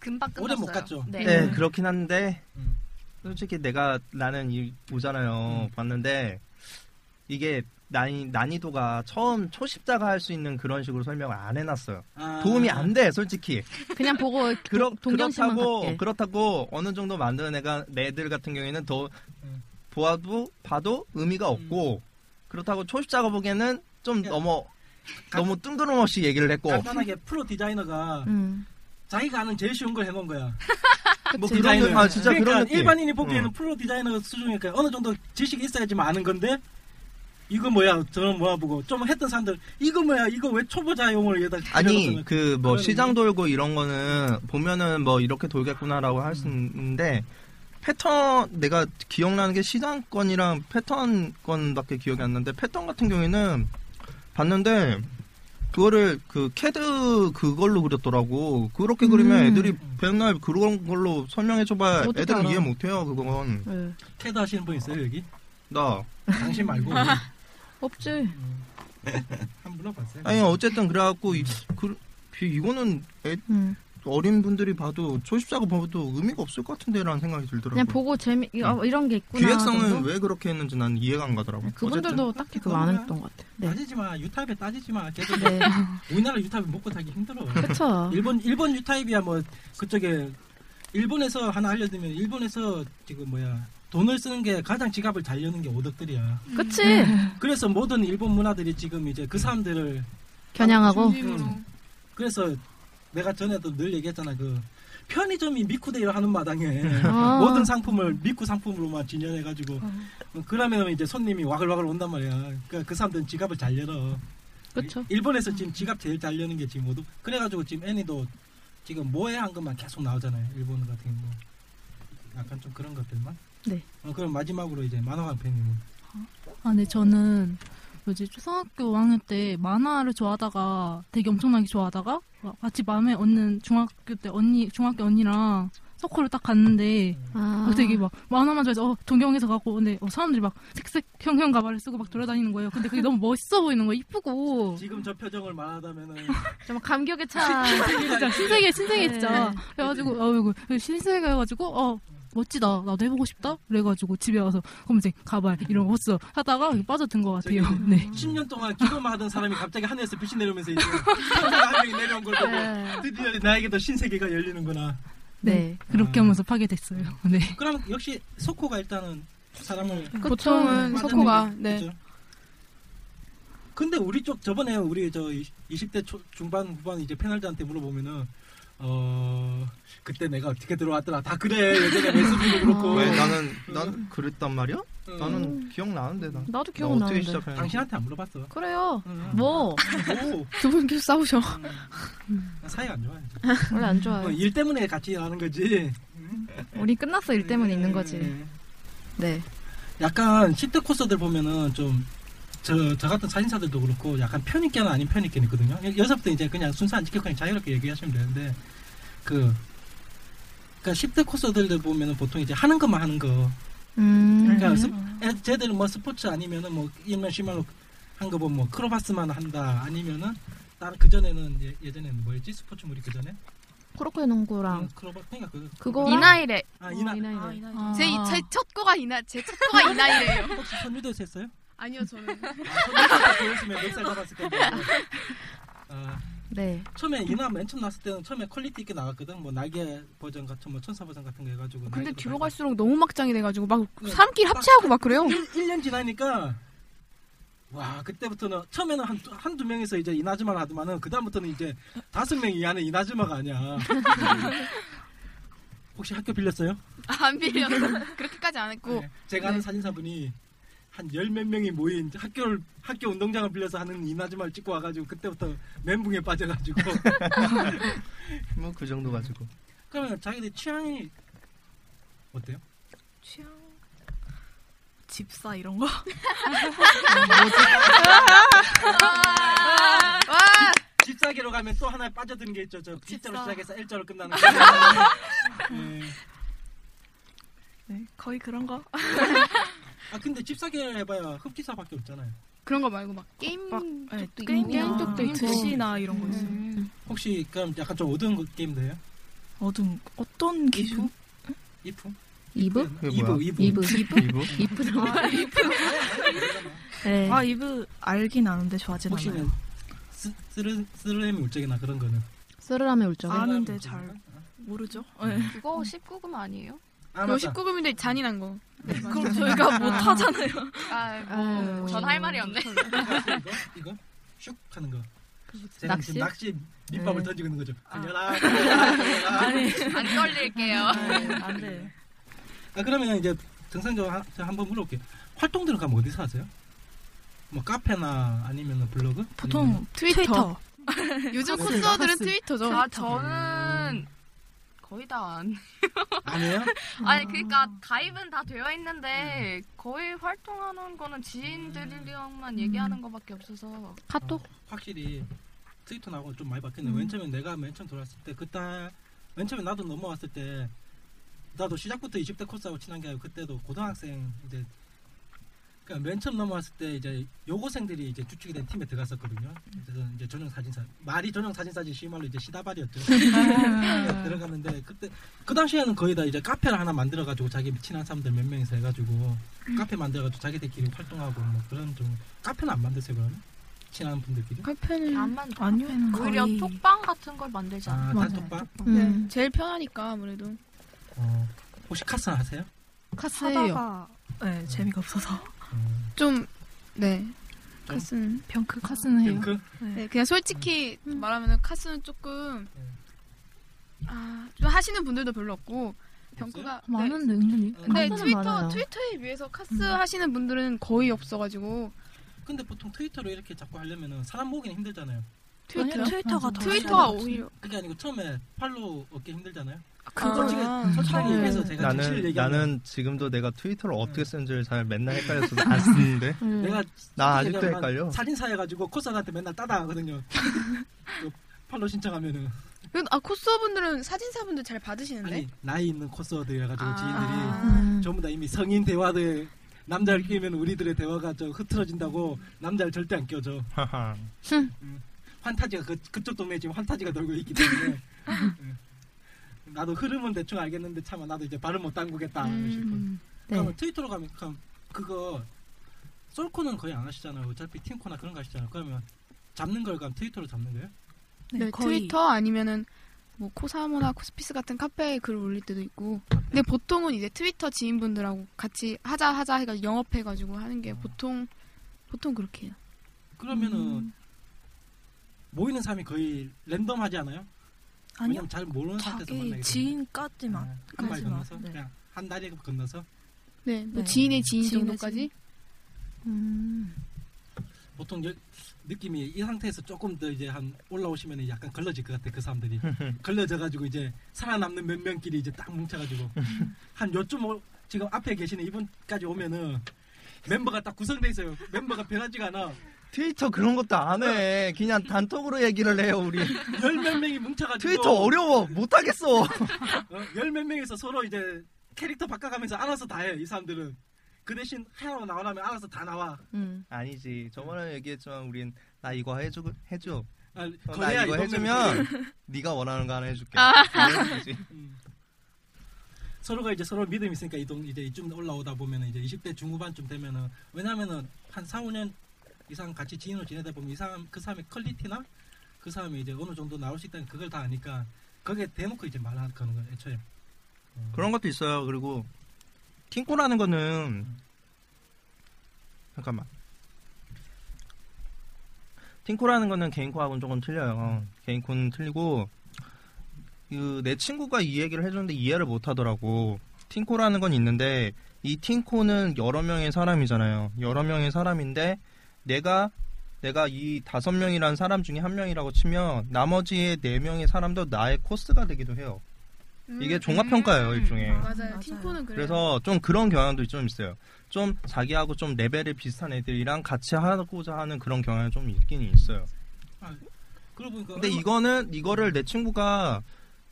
Speaker 6: 금방 끝났어요
Speaker 14: 오래 못 갔죠.
Speaker 6: 네,
Speaker 13: 네. 그렇긴 한데
Speaker 14: 음.
Speaker 13: 솔직히 내가 나는 이 오잖아요 봤는데 이게 난이, 난이도가 처음 초심자가 할 수 있는 그런 식으로 설명을 안 해놨어요.
Speaker 14: 아.
Speaker 13: 도움이 안 돼 솔직히.
Speaker 16: 그냥 보고
Speaker 13: 그러,
Speaker 16: 동경심만
Speaker 13: 그렇다고
Speaker 16: 갖게.
Speaker 13: 그렇다고 어느 정도 만드는 애가 애들 같은 경우에는 더
Speaker 14: 음.
Speaker 13: 보아도 봐도 의미가 없고 그렇다고 초심자가 보기에는 좀 너무 너무 뜬금없이 얘기를 했고
Speaker 14: 간단하게 프로 디자이너가
Speaker 6: 음.
Speaker 14: 자기가 아는 제일 쉬운 걸 해놓은 거야. 뭐
Speaker 13: 그치.
Speaker 14: 디자인을.
Speaker 13: 그런 느- 아, 진짜 그런
Speaker 14: 그러니까
Speaker 13: 느낌. 어.
Speaker 14: 일반인이 보기에는
Speaker 13: 응.
Speaker 14: 프로 디자이너 수준이니까 어느 정도 지식이 있어야지만 아는 건데 이거 뭐야 저는 뭐야 보고 좀 했던 사람들 이거 뭐야 이거 왜 초보자용을 여기다
Speaker 13: 아니
Speaker 14: 그려놓잖아.
Speaker 13: 그 뭐
Speaker 14: 그런
Speaker 13: 시장 돌고 이런 거는 보면은 뭐 이렇게 돌겠구나라고 할 수 있는데 패턴 내가 기억나는 게 시장권이랑 패턴권밖에 기억이 안 나는데 패턴 같은 경우에는 봤는데 그거를 그 캐드 그걸로 그렸더라고 그렇게 그리면 애들이 백날 그런 걸로 설명해줘봐
Speaker 14: 음. 어떻게
Speaker 13: 애들은
Speaker 14: 알아? 네.
Speaker 13: 이해 못해요 그건
Speaker 6: 음.
Speaker 13: 아.
Speaker 14: 캐드 하시는 분 있어요 여기?
Speaker 13: 나
Speaker 14: 당신 말고
Speaker 16: 아,
Speaker 14: 음.
Speaker 16: 없지.
Speaker 14: 한번 물어봤어요.
Speaker 13: 아니 어쨌든 그래갖고 이, 그, 비- 이거는 애-
Speaker 16: 음.
Speaker 13: 어린 분들이 봐도 초심자가 봐도 의미가 없을 것 같은데라는 생각이
Speaker 16: 그냥
Speaker 13: 들더라고요.
Speaker 16: 보고 재미 이- 어, 이런 게 있구나.
Speaker 13: 음. 기획성은
Speaker 16: 정도?
Speaker 13: 왜 그렇게 했는지 난 이해가 안 가더라고.
Speaker 16: 그분들도 딱히 그거 안 했던 것 같아. 네.
Speaker 14: 따지지 마 유타입에 따지지 마 걔들
Speaker 16: 네.
Speaker 14: 우리나라 유타입 먹고 살기 힘들어
Speaker 16: 그쵸.
Speaker 14: 일본 일본 유타입이야 뭐 그쪽에 일본에서 하나 알려드리면 일본에서 지금 뭐야 돈을 쓰는 게 가장 지갑을 잘 여는 게 오덕들이야 네.
Speaker 16: 그치.
Speaker 14: 그래서 모든 일본 문화들이 지금 이제 그 사람들을
Speaker 16: 겨냥하고.
Speaker 14: 응. 그래서 내가 전에도 늘 얘기했잖아 그 편의점이 미쿠데이를 하는 마당에
Speaker 16: 아.
Speaker 14: 모든 상품을 미쿠 상품으로만 진열해가지고
Speaker 16: 어.
Speaker 14: 그러면 이제 손님이 와글와글 온단 말이야. 그러니까 그 사람들은 지갑을 잘 열어.
Speaker 16: 그렇죠.
Speaker 14: 일본에서 지금 지갑 제일 잘 여는 게 지금 모두 그래가지고 지금 애니도 지금 모해한 것만 계속 나오잖아요. 일본 같은 경우 약간 좀 그런 것들만.
Speaker 11: 네.
Speaker 14: 어, 그럼 마지막으로 이제 만화가 팬님.
Speaker 7: 아, 네, 저는 뭐지 초등학교 5학년 때 만화를 좋아하다가 되게 엄청나게 좋아하다가 같이 마음에 얻는 중학교 때 언니 중학교 언니랑 서코를 딱 갔는데
Speaker 16: 아.
Speaker 7: 막 되게 막 만화만 좋아해서 어, 동경에서 가고 근데 어, 사람들이 막 색색 형형 가발을 쓰고 막 돌아다니는 거예요. 근데 그게 너무 멋있어 보이는 거예요. 이쁘고
Speaker 14: 지금 저 표정을 말하다면은
Speaker 16: 정말 감격에 차.
Speaker 7: 진짜 신세계 신세계 진짜
Speaker 16: 네.
Speaker 7: 그래가지고 어이구 신세계 해가지고 어 멋지다 나도 해보고 싶다 그래가지고 집에 와서 검은색 가발 이런 거 썼어 하다가 빠져든 것 같아요 네
Speaker 14: 10년 동안 기도만 하던 사람이 갑자기 하늘에서 빛이 내려오면서 이제 천사가 한 명이 내려온 걸
Speaker 5: 네.
Speaker 14: 보고 드디어 나에게도 신세계가 열리는구나.
Speaker 7: 네 그렇게 하면서 파괴됐어요 네
Speaker 14: 그럼 역시 소코가 일단은 사람을
Speaker 5: 보통은
Speaker 14: 맞는
Speaker 5: 석호가
Speaker 14: 거죠.
Speaker 5: 네.
Speaker 14: 그죠? 근데 우리 쪽 저번에 우리 저 20대 초, 중반 후반 이제 패널들한테 물어보면은 어 그때 내가 어떻게 들어왔더라 다 그래 예전에 매수비도 그렇고
Speaker 16: 음.
Speaker 13: 왜 나는 난 그랬단 말이야? 나는 기억나는데 나.
Speaker 11: 나도
Speaker 13: 나 어떻게
Speaker 11: 기억나는데.
Speaker 13: 시작했는지.
Speaker 14: 당신한테 안 물어봤어.
Speaker 11: 그래요.
Speaker 14: 음.
Speaker 11: 뭐.
Speaker 5: 두분 계속 싸우셔.
Speaker 14: 사이 안 좋아해.
Speaker 11: 원래 안 좋아요.
Speaker 14: 어, 일 때문에 같이 일하는 거지.
Speaker 11: 우리 끝났어 일 때문에 있는 거지. 네.
Speaker 14: 약간 시트코스들 보면은 좀 저, 저 같은 사진사들도 그렇고 약간 편입견 아닌 편입견 있거든요. 여- 여기서부터 이제 그냥 순서 안 지키고 그냥 자유롭게 얘기하시면 되는데 그 그러니까 시트 코스들들 보면은 보통 이제 하는 것만 하는 거.
Speaker 16: 음.
Speaker 14: 그러니까 스, 애- 쟤들은 뭐 스포츠 아니면은 뭐 일면 심말로 한 거 보면 뭐 크로바스만 한다 아니면은 다른 그 전에는 예, 예전에는 뭐였지 스포츠 물이 그 전에
Speaker 11: 코로코의 농구랑
Speaker 14: 크로바 그러니까 그
Speaker 11: 그거랑
Speaker 5: 이나이레.
Speaker 14: 아 이나
Speaker 11: 이나이레.
Speaker 5: 제제첫 거가 이나 제첫 거가 이나이래요.
Speaker 14: 혹시 선유도에서 했어요?
Speaker 5: 아니요 저는.
Speaker 14: 보였으면 몇살 잡았을 건데. 아,
Speaker 11: 네.
Speaker 14: 처음에 이나 맨 처음 나왔을 때는 처음에 퀄리티 있게 나왔거든. 뭐 날개 버전 같은 뭐 천사 버전 같은 거 해가지고.
Speaker 5: 근데
Speaker 14: 날개도
Speaker 5: 뒤로 갈수록 너무 막장이 돼가지고 막
Speaker 14: 네.
Speaker 5: 사람끼리 합체하고 막 그래요.
Speaker 14: 1년 지나니까 와 그때부터는 처음에는 한, 한두 명에서 이제 이나즈마를 하더만은 그 다음부터는 이제 다섯 명 이하는 이나즈마가 아니야. 혹시 학교 빌렸어요?
Speaker 5: 안 빌려. 아, 그렇게까지 안 했고.
Speaker 14: 제가 아는 사진사분이 한 열 몇 명이 모인 학교를 학교 운동장을 빌려서 하는 이나즈마를 찍고 와가지고 그때부터 멘붕에 빠져가지고
Speaker 13: 뭐 그 정도 가지고.
Speaker 14: 그러면 자기들 취향이 어때요?
Speaker 15: 취향 집사 이런 거
Speaker 14: 집사기로 가면 또 하나 빠져드는 게 있죠. 저 B자로 시작해서 L자로 끝나는 거. 네.
Speaker 15: 네, 거의 그런 거
Speaker 14: 아 근데 집사기 해봐야 흡기사밖에 없잖아요.
Speaker 5: 그런 거 말고 어, 막 네, 게임 쪽도
Speaker 15: 게임,
Speaker 5: 있고. 음.
Speaker 15: 게임 쪽도 있고.
Speaker 5: 나
Speaker 15: 이런 거 있어요.
Speaker 14: 혹시 그럼 약간 좀 어두운 거- 게임들요?
Speaker 15: 어둠 어떤 기준?
Speaker 14: 이프?
Speaker 11: 이브?
Speaker 14: 이브 이브
Speaker 11: 이브. 이브
Speaker 15: 아,
Speaker 11: 나와.
Speaker 15: 이브
Speaker 11: 네.
Speaker 15: 아 이브 알긴 아는데 좋아하진
Speaker 14: 혹시
Speaker 15: 않아요.
Speaker 14: 쓰- 쓰르 쓰르렘이 울적이나 그런 거는
Speaker 11: 쓰르라면 울적.
Speaker 15: 아는데 잘 모르죠. 네.
Speaker 6: 그거 19금 아니에요? 네,
Speaker 14: 아,
Speaker 5: 그거
Speaker 14: 맞다.
Speaker 5: 19금인데 잔인한 거. 네,
Speaker 6: 그럼 저희가 못 하잖아요. 아이고, 뭐,
Speaker 5: 아유. 뭐, 음.
Speaker 6: 전할 말이 없네.
Speaker 14: 음, 이거 이거 슉 하는 거. 제가 지금
Speaker 6: 낚시?
Speaker 14: 낚시 밑밥을
Speaker 6: 네.
Speaker 14: 던지고 있는 거죠.
Speaker 6: 아.
Speaker 14: 달려라.
Speaker 6: 아니. 안
Speaker 12: 아.
Speaker 6: 떨릴게요.
Speaker 5: 아, 네.
Speaker 12: 네.
Speaker 6: 안
Speaker 14: 돼. 아, 그러면 이제 정상적으로 한- 제가 한번 물어볼게요. 활동들은 그럼 어디서 하세요? 뭐 카페나 아니면 블로그?
Speaker 15: 보통 트위터. 트위터.
Speaker 12: 아.
Speaker 5: 요즘
Speaker 14: 카스,
Speaker 5: 코스어들은
Speaker 14: 카스.
Speaker 5: 트위터죠.
Speaker 6: 아 저는 거의 다 안.
Speaker 14: 아니에요?
Speaker 6: 아니 그러니까 가입은 다 되어 있는데 거의 활동하는 거는 지인들이랑만 얘기하는 거밖에 없어서.
Speaker 11: 카톡?
Speaker 14: 확실히 트위터 나오고 좀 많이 바뀌었네. 맨 처음에 내가 맨 처음 들어왔을 때 그때 맨 처음에 나도 넘어왔을 때 나도 시작부터 20대 코스하고 친한 게 아니고 그때도 고등학생 이제 그러니까 맨 처음 넘어왔을 때 이제 여고생들이 이제 주축이 된 팀에 들어갔었거든요. 그래서 이제 전용 사진사 말이 전용 사진사지 시말로 이제 시다발이었죠. 들어갔는데 그때 그 당시에는 거의 다 이제 카페를 하나 만들어 가지고 자기 친한 사람들 몇 명이서 해가지고
Speaker 5: 음.
Speaker 14: 카페 만들어 가지고 자기들끼리 활동하고 뭐 그런 좀 카페는 안 만드세요 그러면 친한 분들끼리?
Speaker 5: 카페는
Speaker 6: 안 만.
Speaker 15: 아니요.
Speaker 6: 오히려 톡방 같은 걸 만들지
Speaker 14: 아,
Speaker 6: 않아요.
Speaker 14: 단톡방?
Speaker 5: 네, 제일 편하니까 아무래도.
Speaker 14: 어, 혹시 카스 하세요?
Speaker 15: 하다가 네, 재미가 없어서
Speaker 14: 음.
Speaker 5: 좀 네. 카스는
Speaker 15: 병크 카스는 해요.
Speaker 14: 병크?
Speaker 5: 네, 그냥 솔직히 말하면 카스는 조금 아, 좀 하시는 분들도 별로 없고 병크가 네.
Speaker 7: 많은데 은근히.
Speaker 5: 근데
Speaker 7: 카스는
Speaker 5: 트위터
Speaker 7: 많아요.
Speaker 5: 트위터에 비해서 카스
Speaker 14: 음.
Speaker 5: 하시는 분들은 거의 없어가지고
Speaker 14: 근데 보통 트위터로 이렇게 자꾸 하려면은 사람 모으기는 힘들잖아요.
Speaker 5: 트위터요? 아니요, 트위터가 더 트위터가 힘들지. 오히려-
Speaker 14: 그게 아니고 처음에 팔로우 얻기 힘들잖아요.
Speaker 5: 그거-
Speaker 14: 솔직히
Speaker 5: 아.
Speaker 14: 솔직히
Speaker 5: 네.
Speaker 14: 얘기해서 제가
Speaker 13: 음. 나는
Speaker 14: 진실을 얘기하면
Speaker 13: 나는 지금도 내가 트위터를 어떻게 쓰는지를 잘 맨날 헷갈려서 안 쓰는데.
Speaker 16: 음.
Speaker 5: 음.
Speaker 14: 내가
Speaker 13: 음. 나 아직도
Speaker 14: 솔직히 얘기하면
Speaker 13: 헷갈려.
Speaker 14: 사진사여가지고 코스한테 맨날 따당하거든요. 그 팔로우 신청하면은
Speaker 5: 그래도 아 코스어 분들은 사진사 분들 잘 받으시는데
Speaker 14: 아니 나이 있는 코스어들이라가지고
Speaker 5: 아.
Speaker 14: 지인들이 전부 다 이미 성인 대화들 남자를 끼면 우리들의 대화가 좀 흐트러진다고 남자를 절대 안 껴줘.
Speaker 13: 하하.
Speaker 14: 환타지가 음. 그, 그쪽 동네에 지금 환타지가 돌고 있기 때문에 예. 나도 흐름은 대충 알겠는데 참아 나도 이제 발을 못 담그겠다
Speaker 5: 음. 네.
Speaker 14: 싶어. 그럼 트위터로 가면 그럼 그거 솔코는 거의 안 하시잖아요. 어차피 팀코나 그런 거 하시잖아요. 그러면 잡는 걸 그럼 트위터로 잡는 거예요?
Speaker 5: 네, 트위터 아니면은 뭐 코사모나 코스피스 같은 카페에 글 올릴 때도 있고 근데 보통은 이제 트위터 지인분들하고 같이 하자 하자 해가 영업해가지고 하는 게 보통 보통 그렇게 해요.
Speaker 14: 그러면은
Speaker 5: 음.
Speaker 14: 모이는 사람이 거의 랜덤하지 않아요?
Speaker 12: 아니요.
Speaker 14: 왜냐면 잘 모르는 상태에서 만나게
Speaker 12: 자기
Speaker 14: 되거든요.
Speaker 12: 지인까지만
Speaker 14: 한발
Speaker 12: 까지만.
Speaker 14: 건너서 그냥 한 다리 건너서
Speaker 5: 네, 뭐
Speaker 12: 네.
Speaker 5: 지인의 지인
Speaker 12: 지인의
Speaker 5: 정도까지.
Speaker 14: 보통 여- 느낌이 이 상태에서 조금 더 이제 한 올라오시면 은 약간 걸러질 것 같아 그 사람들이 걸러져가지고 이제 살아남는 몇 명끼리 이제 딱 뭉쳐가지고 한 요쯤 오- 지금 앞에 계시는 이분까지 오면은 멤버가 딱 구성돼 있어요 멤버가 변하지가 않아
Speaker 13: 트위터 그런 것도 안 해. 그냥 단톡으로 얘기를 해요, 우리.
Speaker 14: 열 몇 명이 뭉쳐가지고
Speaker 13: 트위터 어려워. 못하겠어.
Speaker 14: 열 몇 명에서 서로 이제 캐릭터 바꿔가면서 알아서 다 해 이 사람들은 그 대신 하나만 나오라면 알아서 다 나와
Speaker 13: 음. 아니지. 저번에 얘기했지만 우린 나 이거 해줘. 해줘.
Speaker 14: 아,
Speaker 13: 어, 나
Speaker 14: 거래야,
Speaker 13: 이거
Speaker 14: 이거면
Speaker 13: 해주면
Speaker 14: 그래.
Speaker 13: 네가 원하는 거 하나 해줄게.
Speaker 14: 아.
Speaker 13: 이러지.
Speaker 14: 음. 서로가 이제 서로 믿음이 있으니까 이동 이제 이쯤 올라오다 보면은 이제 20대 중후반쯤 되면은 왜냐면은 한 4, 5년 이상 같이 지인으로 지내다 보면 이 사람 그 사람의 퀄리티나 그 사람이 이제 어느 정도 나올 수 있다는 그걸 다 아니까 거기에 대놓고 이제 말하는 거는 애초에
Speaker 13: 그런 것도 있어요. 그리고 팅코라는 거는 잠깐만. 팅코라는 거는 개인코하고는 조금 틀려요. 개인코는 틀리고 그 내 친구가 이 얘기를 해줬는데 이해를 못하더라고. 팅코라는 건 있는데 이 팅코는 여러 명의 사람이잖아요. 여러 명의 사람인데 내가 내가 이 다섯 명이라는 사람 중에 한 명이라고 치면 나머지의 네 명의 사람도 나의 코스가 되기도 해요. 이게 종합평가예요, 일종의.
Speaker 5: 음. 맞아요. 팀코는 그래요.
Speaker 13: 네. 그래서 좀 그런 경향도 좀 있어요. 좀 자기하고 좀 레벨이 비슷한 애들이랑 같이 하고자 하는 그런 경향이 좀 있긴 있어요.
Speaker 14: 아, 그러고 보니까
Speaker 13: 근데
Speaker 14: 얼마-
Speaker 13: 이거는 이거를 내 친구가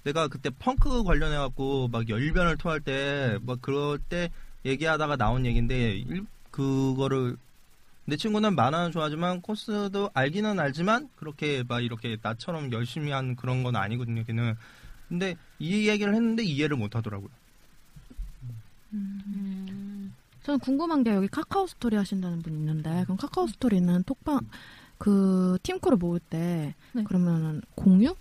Speaker 13: 내가 그때 펑크 관련해 갖고 막 열변을 토할 때 막 그럴 때 얘기하다가 나온 얘기인데 일- 그거를 내 친구는 만화는 좋아하지만 코스도 알기는 알지만 그렇게 막 이렇게 나처럼 열심히 한 그런 건 아니거든요. 걔는 근데 이 얘기를 했는데 이해를 못 하더라고요.
Speaker 11: 저는 궁금한 게 여기 카카오 스토리 하신다는 분 있는데 그럼
Speaker 16: 음.
Speaker 11: 카카오 스토리는 톡방 그 팀코를 모을 때
Speaker 16: 네.
Speaker 11: 그러면 공유?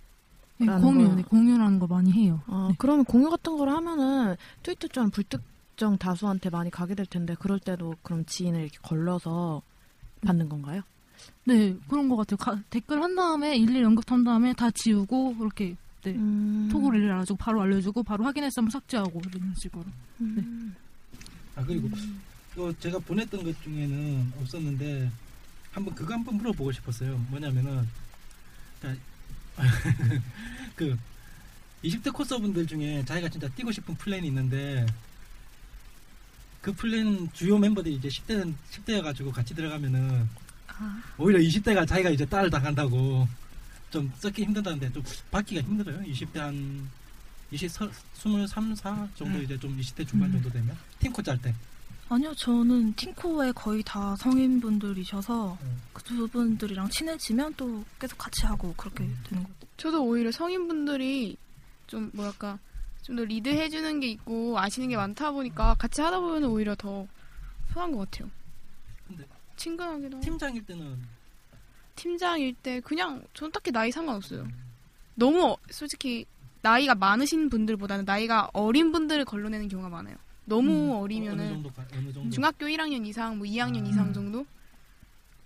Speaker 7: 네, 공유, 어. 네, 공유라는 거 많이 해요.
Speaker 11: 아, 그러면 공유 같은 걸 하면은 트위터처럼 불특정 다수한테 많이 가게 될 텐데 그럴 때도 그럼 지인을 이렇게 걸러서 받는 건가요?
Speaker 7: 네, 그런 것 같아요. 가- 댓글 한 다음에 일일 언급한 다음에 다 지우고 그렇게 네, 톡으로 일일 알아주고 바로 알려주고 바로 확인했으면 삭제하고 이런 식으로.
Speaker 12: 음.
Speaker 14: 아 그리고 이거 제가 보냈던 것 중에는 없었는데 한번 그거 한번 물어보고 싶었어요. 뭐냐면은 자, 그 20대 코스분들 중에 자기가 진짜 뛰고 싶은 플랜이 있는데 그 플랜 주요 멤버들이 이제 10대 10대여 가지고 같이 들어가면은 오히려 20대가 자기가 이제 딸 당한다고 좀 썩기 힘든다는데 좀 받기가 힘들어요. 20대 한 20, 23, 4 정도 이제 좀 20대 중반 정도 되면 팀코 짤 때.
Speaker 12: 아니요, 저는 팅코에 거의 다 성인분들이셔서
Speaker 14: 음.
Speaker 12: 그분들이랑 친해지면 또 계속 같이 하고 그렇게
Speaker 14: 음.
Speaker 12: 되는 것 같아요.
Speaker 5: 저도 오히려 성인분들이 좀 뭐랄까 좀 더 리드해 주는 게 있고 아시는 게 많다 보니까 같이 하다 보면 오히려 더 편한 것 같아요.
Speaker 14: 근데
Speaker 5: 친근하기도 하고.
Speaker 14: 팀장일 때는
Speaker 5: 팀장일 때 그냥 저는 딱히 나이 상관없어요. 너무 어- 솔직히 나이가 많으신 분들보다는 나이가 어린 분들을 걸러내는 경우가 많아요. 너무
Speaker 14: 음, 어느
Speaker 5: 어리면은
Speaker 14: 정도 가- 어느 정도
Speaker 5: 중학교 1학년 이상, 뭐
Speaker 14: 아.
Speaker 5: 2학년 이상 정도?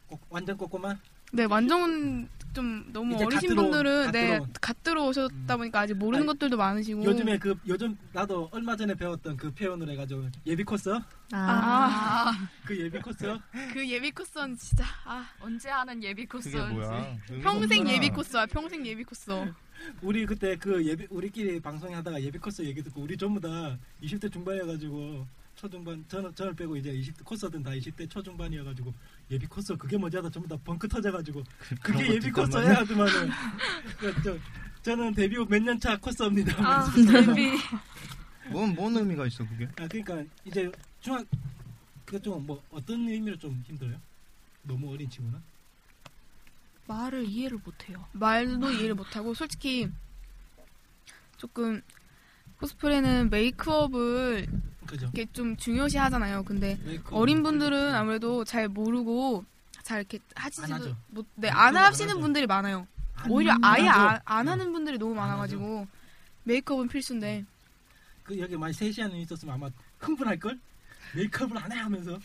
Speaker 14: 꼬- 완전 꼬꼬마
Speaker 5: 네, 완전 좀 너무
Speaker 14: 이제 갓
Speaker 5: 어리신
Speaker 14: 들어온,
Speaker 5: 분들은
Speaker 14: 갓
Speaker 5: 네,
Speaker 14: 들어온. 음.
Speaker 5: 갓 들어오셨다 보니까 아직 모르는
Speaker 14: 아니,
Speaker 5: 것들도 많으시고
Speaker 14: 요즘에 그 요즘 나도 얼마 전에 배웠던 그 표현을 해가지고 예비 코스
Speaker 5: 아.
Speaker 14: 그 예비 코스
Speaker 5: 그 예비 코스는 진짜 아.
Speaker 6: 언제 하는 예비 코스인지.
Speaker 5: 평생 예비 코스야, 평생 예비 코스.
Speaker 14: 우리 그때 그 예비 우리끼리 방송에 하다가 예비 코스 얘기 듣고 우리 전부 다 20대 중반이어가지고 초중반 저는 저를 빼고 이제 20대 코스든 다 20대 초중반이어가지고 예비 코스 그게 뭐지 하다 전부 다 벙크 터져가지고
Speaker 13: 그런
Speaker 14: 그게
Speaker 13: 것도
Speaker 14: 예비
Speaker 13: 있단
Speaker 14: 코스야
Speaker 13: 말이야?
Speaker 14: 하더만은 그, 저, 저는 데뷔 후 몇 년 차 코스입니다.
Speaker 13: 아,
Speaker 14: 데뷔.
Speaker 13: 뭔, 뭔 의미가 있어 그게?
Speaker 14: 아 그러니까 이제 중학 그좀뭐 어떤 의미로 좀 힘들어요? 너무 어린 친구나?
Speaker 12: 말을 이해를 못해요.
Speaker 5: 말도 이해를 못하고 솔직히 조금 코스프레는 메이크업을
Speaker 14: 그죠.
Speaker 5: 이렇게 좀 중요시 하잖아요. 근데
Speaker 14: 메이크업.
Speaker 5: 어린 분들은 아무래도 잘 모르고 잘 이렇게
Speaker 14: 안
Speaker 5: 하시지도
Speaker 14: 하죠.
Speaker 5: 못, 네, 안
Speaker 14: 메이크업 안
Speaker 5: 하시는
Speaker 14: 하죠.
Speaker 5: 분들이 많아요.
Speaker 14: 안
Speaker 5: 오히려
Speaker 14: 하죠.
Speaker 5: 아예
Speaker 14: 안
Speaker 5: 안,
Speaker 14: 하죠.
Speaker 5: 안 하는 분들이 너무 많아가지고 메이크업은 필수인데
Speaker 14: 그 여기 만약 3시간이 있었으면 아마 흥분할 걸? 메이크업을 안 해 하면서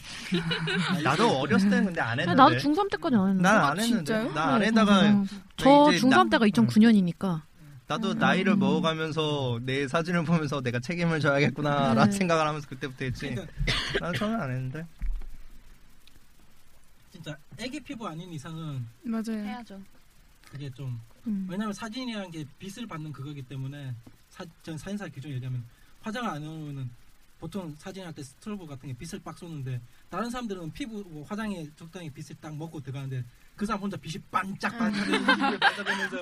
Speaker 13: 나도 어렸을 때는 근데 안
Speaker 11: 아,
Speaker 13: 했는데.
Speaker 16: 아, 나도 중3 때까지 안 했는데.
Speaker 13: 난안 했는데. 진짜요?
Speaker 11: 네,
Speaker 13: 나 아래다가 음.
Speaker 16: 저
Speaker 13: 이제
Speaker 16: 중3
Speaker 13: 나-
Speaker 16: 때가 2009년이니까.
Speaker 14: 음.
Speaker 13: 나도 나이를 먹어가면서 내 사진을 보면서 내가 책임을 져야겠구나라는
Speaker 16: 네.
Speaker 13: 생각을 하면서 그때부터 했지. 난 저는 안 했는데.
Speaker 14: 진짜 애기 피부 아닌 이상은
Speaker 5: 맞아요.
Speaker 14: 해야죠. 그게 좀
Speaker 5: 음.
Speaker 14: 왜냐면 사진이라는 게 빛을 받는 그거기 때문에 사, 전 사진사 기준 얘기하면 화장 안 해오면은 보통 사진할 때 스트로브 같은 게 빛을 빡 쏘는데 다른 사람들은 피부 뭐 화장에 적당히 빛을 딱 먹고 들어가는데 그 사람 혼자 빛이 반짝 반짝반짝하면서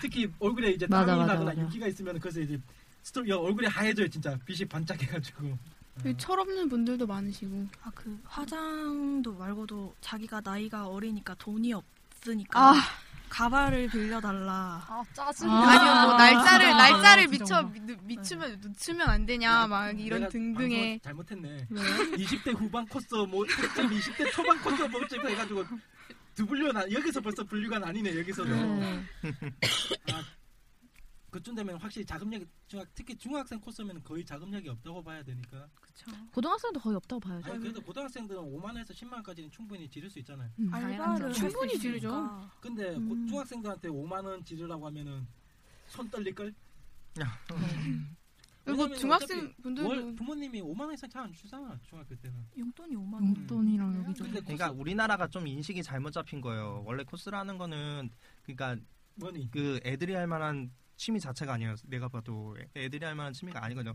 Speaker 14: 특히 얼굴에 이제
Speaker 16: 아. 맞아,
Speaker 14: 땀이
Speaker 16: 맞아,
Speaker 14: 나거나
Speaker 16: 맞아.
Speaker 14: 윤기가 있으면 그래서 이제 스트로 야, 얼굴이 하얘져요 진짜 빛이 반짝해가지고
Speaker 5: 여기 철없는 분들도 많으시고.
Speaker 12: 아, 그 화장도 말고도 자기가 나이가 어리니까 돈이 없으니까
Speaker 5: 아.
Speaker 12: 가발을 빌려달라. 아 짜증.
Speaker 5: 아니요 뭐 날짜를 날짜를 미쳐 미, 추면 늦추면 안 되냐 막 이런
Speaker 14: 네. 내가
Speaker 5: 등등의
Speaker 14: 방송을 잘못했네. 20대 후반 코스 뭐 특집, 20대 초반 코스 뭐집 해가지고 두분류 나 여기서 벌써 분류가 아니네 여기서도.
Speaker 16: 네.
Speaker 14: 아, 그쯤 되면 확실히 자금력이 중학- 특히 중학생 코스면 거의 자금력이 없다고 봐야 되니까. 그렇죠.
Speaker 16: 고등학생도 거의 없다고 봐야죠.
Speaker 14: 아니 그래도 고등학생들은 5만 원에서 10만 원까지는 충분히 지를 수 있잖아요.
Speaker 16: 음, 알바를
Speaker 5: 충분히 지르죠. 음.
Speaker 14: 근데 고- 중학생들한테 5만 원 지르라고 하면은 손 떨릴 걸.
Speaker 5: 그리고 중학생 분들도-
Speaker 14: 부모님이 5만 원 이상 잘 안 주잖아 중학교 때는.
Speaker 12: 용돈이 5만
Speaker 14: 원.
Speaker 7: 용돈이랑
Speaker 14: 여기저기. 근데
Speaker 13: 그러니까 우리나라가 좀 인식이 잘못 잡힌 거예요. 원래 코스라는 거는 그러니까
Speaker 14: 뭐니?
Speaker 13: 그 애들이 할 만한 취미 자체가 아니에요. 내가 봐도 애- 애들이 할 만한 취미가 아니거든요.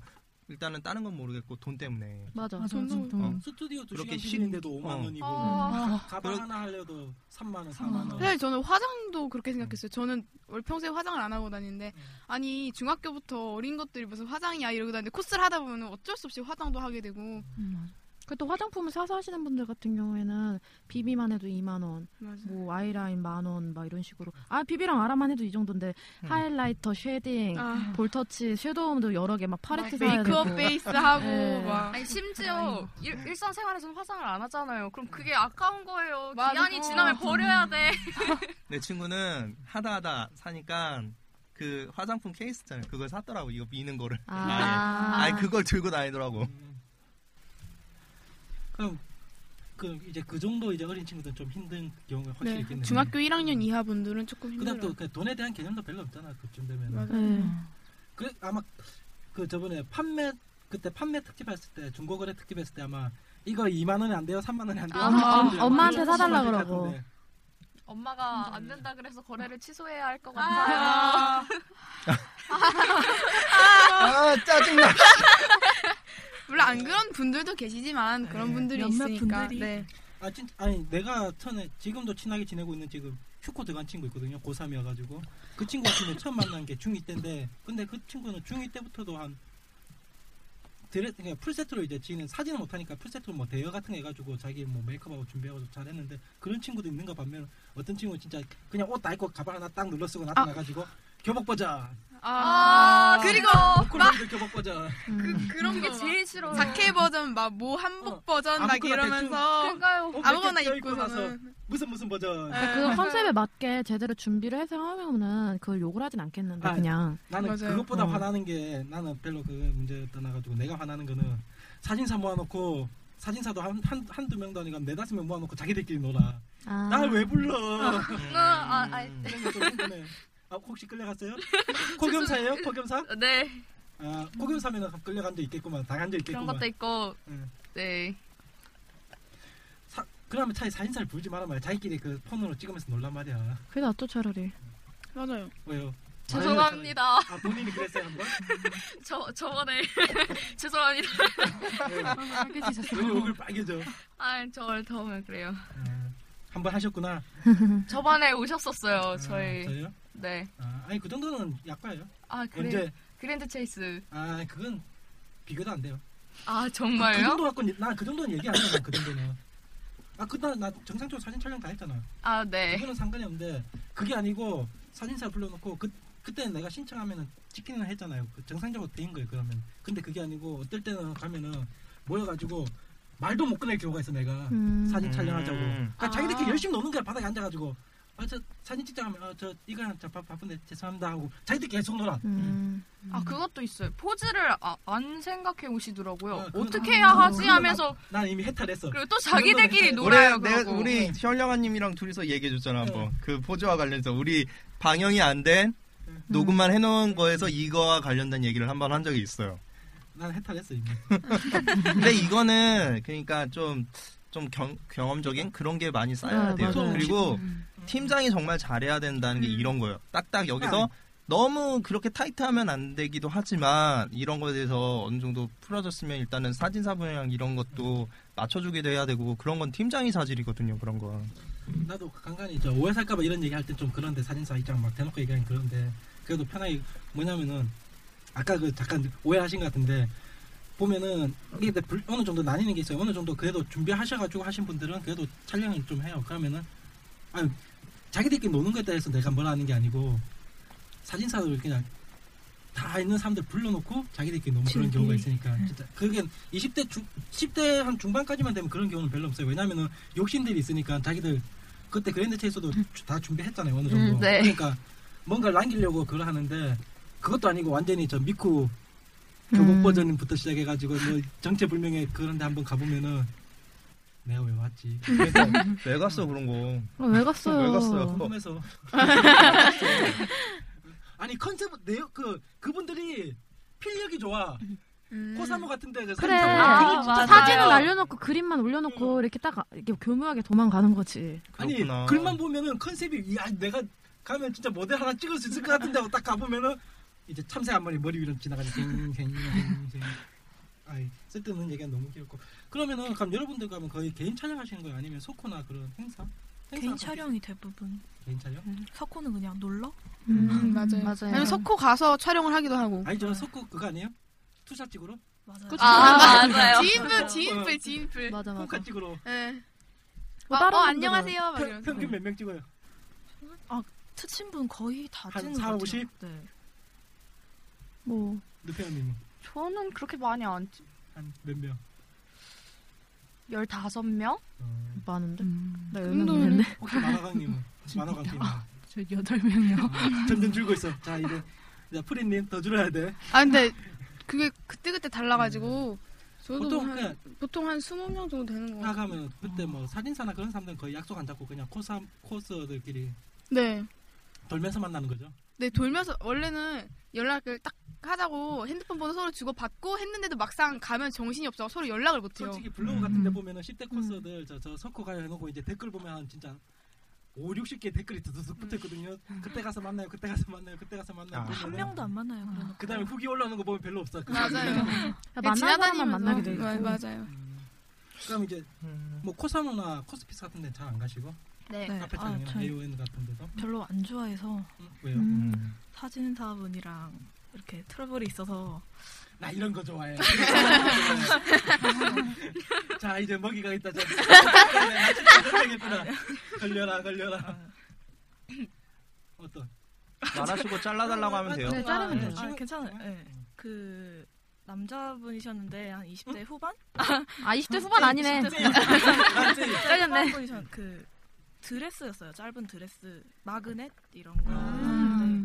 Speaker 13: 일단은 다른 건 모르겠고 돈 때문에.
Speaker 16: 맞아.
Speaker 14: 맞아, 돈도- 돈.
Speaker 13: 어?
Speaker 14: 스튜디오 두
Speaker 13: 그렇게
Speaker 14: 시간
Speaker 13: 신-
Speaker 14: 빌리는데도
Speaker 13: 어.
Speaker 14: 5만 원이고
Speaker 5: 어.
Speaker 14: 가방 하나 하려도 3만 원, 4만 원.
Speaker 5: 사실 네, 저는 화장도 그렇게 생각했어요. 저는 원래 평소에 화장을 안 하고 다니는데 아니 중학교부터 어린 것들이 무슨 화장이야 이러고 다니는데 코스를 하다 보면 어쩔 수 없이 화장도 하게 되고 음,
Speaker 16: 그또 화장품을 사서 하시는 분들 같은 경우에는 비비만 해도 2만 원, 뭐 아이라인 만 원, 막 이런 식으로. 아 비비랑 아라만 해도 이 정도인데
Speaker 14: 음.
Speaker 16: 하이라이터, 쉐딩,
Speaker 5: 아.
Speaker 16: 볼터치, 섀도우도 여러 개 막 팔레트 사야 되고.
Speaker 5: 메이크업 베이스하고
Speaker 16: 네.
Speaker 5: 막
Speaker 6: 아니 심지어 일, 일상생활에서는 화장을 안 하잖아요. 그럼 그게 아까운 거예요.
Speaker 5: 맞아.
Speaker 6: 기한이 지나면 버려야 돼.
Speaker 13: 내 친구는 하다 하다 사니까 그 화장품 케이스 있잖아요. 그걸 샀더라고. 이거 미는 거를.
Speaker 16: 아.
Speaker 13: 아니 그걸 들고 다니더라고.
Speaker 14: 그럼 그 이제 그 정도 이제 어린 친구들은 좀 힘든 경우가 확실히
Speaker 5: 네.
Speaker 14: 있겠네요.
Speaker 5: 중학교 1학년 이하 분들은 조금
Speaker 14: 그다음
Speaker 5: 힘들어요.
Speaker 14: 또그 돈에 대한 개념도 별로 없잖아 그쯤 되면.
Speaker 5: 맞아요. 네.
Speaker 14: 그 아마 그 저번에 판매 그때 판매 특집 했을 때 중고거래 특집 했을 때 아마 이거 2만 원이 안 돼요, 3만 원이 안 돼요.
Speaker 6: 아,
Speaker 14: 하는
Speaker 6: 아,
Speaker 14: 사람들이
Speaker 16: 엄마한테
Speaker 14: 엄청
Speaker 16: 사달라
Speaker 14: 많을 것
Speaker 16: 그러고.
Speaker 14: 같은데.
Speaker 6: 엄마가 안 된다 그래서 거래를 취소해야 할 것
Speaker 5: 아.
Speaker 6: 같아요.
Speaker 13: 아 짜증나.
Speaker 5: 물론 안 그런 분들도 계시지만 그런 분들이
Speaker 14: 네. 몇몇
Speaker 5: 있으니까
Speaker 14: 분들이.
Speaker 5: 네.
Speaker 14: 아 진, 아니 내가 전에 지금도 친하게 지내고 있는 지금 휴코 들어간 친구 있거든요 고3이어가지고 그 친구 같은 경우 처음 만난 게 중2 때인데 근데 그 친구는 중2 때부터도 한 드레 그러니까 풀세트로 이제 지는 사진을 못하니까 풀세트로 뭐 대여 같은 거 해가지고 자기 뭐 메이크업하고 준비하고 잘했는데 그런 친구도 있는가 반면 어떤 친구는 진짜 그냥 옷 다 입고 가발 하나 딱 눌러 쓰고 나타나가지고 교복 보자
Speaker 5: 아, 그리고 막
Speaker 14: 콜라비도 교복 보자
Speaker 5: 그런
Speaker 6: 그게
Speaker 5: 거
Speaker 6: 제일
Speaker 5: 막
Speaker 6: 싫어요.
Speaker 5: 자켓 버전 막 뭐 한복 버전
Speaker 14: 어,
Speaker 5: 막
Speaker 14: 아무거나 대충
Speaker 5: 이러면서
Speaker 14: 옷 이렇게
Speaker 5: 아무거나
Speaker 14: 껴입고
Speaker 5: 입고서는 네.
Speaker 14: 나서 무슨 무슨 버전
Speaker 16: 그 컨셉에 맞게 제대로 준비를 해서 하면은 그걸 욕을 하진 않겠는데
Speaker 14: 아,
Speaker 16: 그냥
Speaker 14: 나는
Speaker 6: 어.
Speaker 14: 그것보다 화나는 게 나는 별로 그 문제 떠나가지고 내가 화나는 거는 사진사 모아놓고 사진사도 한, 한, 한두 명도 아니고 한 네다섯 명 모아놓고 자기들끼리 놀아
Speaker 16: 아.
Speaker 14: 날 왜 불러
Speaker 6: 아, 아, 아,
Speaker 14: 아, 혹시 끌려갔어요? 고겸사예요? 고겸사?
Speaker 6: 네.
Speaker 14: 아, 고겸사면 끌려간 적 있겠구만 당한 적
Speaker 6: 그런
Speaker 14: 있겠구만
Speaker 6: 것도 있고.
Speaker 14: 응.
Speaker 6: 네.
Speaker 14: 사, 그러면 차라리 사진사를 부르지 말아 말이야 자기끼리 그 폰으로 찍으면서 놀란 말이야
Speaker 16: 그게 낫죠 차라리.
Speaker 5: 맞아요.
Speaker 14: 왜요?
Speaker 6: 죄송합니다.
Speaker 14: 아 본인이 그랬어요 한번?
Speaker 6: 저 저번에 죄송합니다. 네.
Speaker 14: 왜 얼굴 빨개져
Speaker 6: 아, 저를 더우면 그래요.
Speaker 14: 한번 하셨구나
Speaker 6: 저번에 오셨었어요. 저희.
Speaker 14: 아, 저요?
Speaker 6: 네.
Speaker 14: 아, 아니 그 정도는 약과예요
Speaker 6: 아, 그래.
Speaker 14: 언제?
Speaker 6: 그랜드 체이스.
Speaker 14: 아 그건 비교도 안 돼요.
Speaker 6: 아, 정말요?
Speaker 14: 그 정도 갖고 나그 정도는 얘기 안 해요. 난그 정도는. 아 그날 나 정상적으로 사진 촬영 다 했잖아.
Speaker 6: 아, 네.
Speaker 14: 그거는 상관이 없는데 그게 아니고 사진사 불러놓고 그 그때 내가 신청하면은 찍기는 했잖아요. 그 정상적으로 된 거예요. 그러면 근데 그게 아니고 어떨 때는 가면은 모여가지고 말도 못 꺼낼 경우가 있어 내가
Speaker 16: 음.
Speaker 14: 사진 촬영하자고.
Speaker 16: 음.
Speaker 6: 아.
Speaker 14: 그러니까 자기들끼리 열심히 노는 거야 바닥에 앉아가지고. 아 저 사진 찍자 하면 아, 저 이거랑 저 바, 바쁜데 죄송합니다 하고 자기들 계속 놀아. 음.
Speaker 6: 아 그것도 있어요. 포즈를 아- 안 생각해 오시더라고요.
Speaker 14: 그건-
Speaker 6: 어떻게 해야
Speaker 14: 아,
Speaker 6: 하지
Speaker 14: 그건
Speaker 6: 하면서
Speaker 14: 나- 난 이미 해탈했어.
Speaker 6: 그리고 또 자기들끼리
Speaker 14: 그 정도는
Speaker 6: 놀아요,
Speaker 13: 우리, 내가
Speaker 6: 그러고. 네.
Speaker 13: 우리 현령아님이랑 둘이서 얘기해줬잖아
Speaker 5: 네.
Speaker 13: 한번 그 포즈와 관련해서 우리 방영이 안 된 녹음만 해놓은 거에서 이거와 관련된 얘기를 한 번 한 적이 있어요.
Speaker 14: 난 해탈했어 이미.
Speaker 13: 근데 이거는 그러니까 좀 좀 경험적인 그런 게 많이 쌓여야
Speaker 14: 네,
Speaker 13: 돼요.
Speaker 14: 맞아요. 음,
Speaker 13: 그리고 팀장이 정말 잘해야 된다는 게 이런 거예요. 딱딱 여기서 너무 그렇게 타이트하면 안 되기도 하지만 이런 거에 대해서 어느 정도 풀어졌으면 일단은 사진사분이랑 이런 것도 맞춰주기도 해야 되고 그런 건 팀장이 사실이거든요. 그런 건.
Speaker 14: 나도 그 간간히 저 오해살까봐 이런 얘기 할 땐 좀 그런데 사진사 입장 막 대놓고 얘기하긴 그런데 그래도 편하게 뭐냐면은 아까 그 잠깐 오해하신 것 같은데 보면은 이게 근데 불- 어느 정도 나뉘는 게 있어요. 어느 정도 그래도 준비하셔가지고 하신 분들은 그래도 촬영을 좀 해요. 그러면은 아유 자기들끼리 노는 거에 대해서 내가 뭐라 하는 게 아니고 사진사들 그냥 다 있는 사람들 불러놓고 자기들끼리 너무 그런
Speaker 13: 즐기기.
Speaker 14: 경우가 있으니까 진짜 그게 20대 중 10대 한 중반까지만 되면 그런 경우는 별로 없어요. 왜냐면은 욕심들이 있으니까 자기들 그때 그랜드 체이서도 주- 다 준비했잖아요 어느 정도.
Speaker 17: 음, 네.
Speaker 14: 그러니까 뭔가 를 남기려고 그걸 하는데 그것도 아니고 완전히 저 미쿠 교복
Speaker 17: 음.
Speaker 14: 버전부터 시작해가지고 뭐 정체 불명의 그런데 한번 가보면은 내가 왜 왔지?
Speaker 13: 왜 갔어 그런 거?
Speaker 14: 어, 왜 갔어요?
Speaker 13: 아, 왜 갔어요?
Speaker 14: 궁금해서. 아니 컨셉 내용 그 그분들이 필력이 좋아. 코사모 같은데 그
Speaker 16: 그래.
Speaker 14: 사진
Speaker 16: 아,
Speaker 14: 찍는 거 진짜
Speaker 16: 사진을
Speaker 14: 잘해요.
Speaker 16: 날려놓고 그림만
Speaker 5: 음.
Speaker 16: 올려놓고 이렇게 딱 이렇게 교묘하게 도망가는 거지.
Speaker 14: 아니 글만 보면은 컨셉이 야 내가 가면 진짜 모델 하나 찍을 수 있을 것 같은데 하고 딱 가보면은 이제 참새 한 마리 머리 위로 지나가는 아이 쓸데없는 얘기가 너무 귀엽고 그러면은 그럼 여러분들 가면 거의 개인 촬영하시는 거예요 아니면 소코나 그런 행사
Speaker 5: 개인 촬영이 대부분. 음,
Speaker 14: 개인 촬영
Speaker 5: 석호는 그냥 놀러?
Speaker 14: 음,
Speaker 5: 맞아요.
Speaker 14: 맞아요.
Speaker 5: 아니면 석호 가서 촬영을 하기도 하고.
Speaker 14: 아니 저 소코 그거 아니에요 투샷 찍으러 맞아요
Speaker 5: 아, 맞아요. 지인분, 지인분, 지인분. 맞아, 맞아.
Speaker 14: 카 찍으러
Speaker 5: 예.
Speaker 14: 뭐
Speaker 5: 아,
Speaker 14: 다른
Speaker 5: 어,
Speaker 14: 분들은
Speaker 5: 안녕하세요. 막
Speaker 14: 평-
Speaker 5: 이러면서.
Speaker 14: 평균 몇 명 찍어요
Speaker 5: 아, 트친분 거의 다
Speaker 14: 한
Speaker 5: 찍는
Speaker 14: 4,
Speaker 5: 것
Speaker 14: 50?
Speaker 5: 같아요. 네.
Speaker 16: 뭐
Speaker 14: 누페아님은
Speaker 6: 저는 그렇게 많이 안 찍.
Speaker 14: 몇명
Speaker 6: 15명?
Speaker 16: 많은데? 나
Speaker 6: 그
Speaker 16: 열명
Speaker 6: 정도는-
Speaker 16: 됐네.
Speaker 14: 음. 혹시 만화강님은 만화강님
Speaker 16: 저 여덟 명이요.
Speaker 14: 점점 줄고 있어 자 이제 자 프리님 더 줄어야 돼
Speaker 5: 아 근데 그게 그때 그때 달라가지고 저도
Speaker 14: 보통
Speaker 5: 한,
Speaker 14: 그냥-
Speaker 5: 보통 한 20명 정도 되는 거 같아요.
Speaker 14: 나가면 그때 뭐 사진사나 그런 사람들은 거의 약속 안 잡고 그냥 코스 코스들끼리
Speaker 5: 네.
Speaker 14: 돌면서 만나는 거죠.
Speaker 5: 네 돌면서 원래는 연락을 딱 하자고 핸드폰 번호 서로 주고 받고 했는데도 막상 가면 정신이 없어 서로 연락을 못 해요. 음.
Speaker 14: 솔직히 블로그 같은 데 보면은 10대 코스들 저, 저 석호 가요 해놓고 이제 댓글 보면 한 진짜 5, 60개 댓글이 두둑 붙어있거든요. 그때 가서 만나요. 그때 가서 만나요. 그때 가서 만나요.
Speaker 5: 아. 한 명도 네, 안 만나요. 그래놓고.
Speaker 14: 그 다음에 후기 올라오는 거 보면 별로 없어.
Speaker 5: 맞아요. 그
Speaker 16: 만나는 사람만 만나게 돼 있고.
Speaker 5: 네, 맞아요.
Speaker 14: 그럼 이제
Speaker 13: 음.
Speaker 14: 뭐 코사노나 코스피스 같은 데 잘 안 가시고
Speaker 5: 네.
Speaker 14: 카페
Speaker 5: 아,
Speaker 14: 촬영이나
Speaker 5: 저희-
Speaker 14: AON 같은 데도
Speaker 12: 별로 안 좋아해서
Speaker 14: 왜요?
Speaker 5: 음.
Speaker 12: 사진사분이랑 이렇게 트러블이 있어서
Speaker 14: 나 이런 거 좋아해. 자 이제 먹이가 있다. 자, 걸려라
Speaker 13: 아.
Speaker 14: 걸려라. 어떤?
Speaker 13: 말하시고 잘라달라고 하면 돼요.
Speaker 12: 아, 네. 아, 괜찮아요. 예. 그 남자분이셨는데 한 20대 후반?
Speaker 16: 아, 20대 후반
Speaker 12: 네,
Speaker 16: 아니네.
Speaker 12: 20대 후반.
Speaker 16: 네, 잘렸네.
Speaker 12: 후반 분이셨- 그 드레스였어요. 짧은 드레스, 마그넷 이런 거.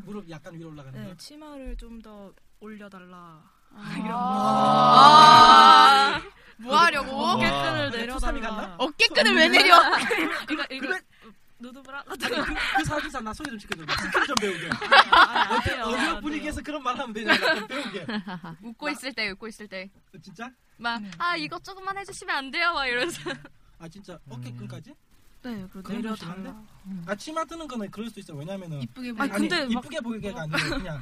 Speaker 14: 무릎 약간 위로 올라가는
Speaker 12: 네,
Speaker 14: 거.
Speaker 12: 치마를 좀 더 올려달라.
Speaker 5: 이런 거.
Speaker 12: 아.
Speaker 5: 아. 뭐 하려고?
Speaker 12: 어,
Speaker 14: 아,
Speaker 12: 어깨끈을
Speaker 14: 네,
Speaker 5: 근데
Speaker 12: 내려.
Speaker 5: 초삼이 갔나? 어깨끈을 왜 내려?
Speaker 12: 그러니까 이거 이거 누드브라 같은 거.
Speaker 14: 그 사주사 나 소개 좀 시켜줘. 스킬 좀 배우게. 아,
Speaker 6: 돼요,
Speaker 14: 어디
Speaker 6: 안
Speaker 14: 어느 분위기에서 그런 말 하면 되잖아. 좀 배우게.
Speaker 6: 웃고 있을 때 웃고 있을 때.
Speaker 14: 진짜?
Speaker 6: 막 아 이거 조금만 해주시면 안 돼요? 막 이러면서.
Speaker 14: 아 진짜 어깨끈까지?
Speaker 12: 네, 그
Speaker 14: 그런 거 싫은데? 아 치마 뜨는 거는 그럴 수 있어. 왜냐면은 이쁘게
Speaker 12: 보이게. 아니, 근데 막-
Speaker 14: 이쁘게 보이게가 아니고 그냥 어.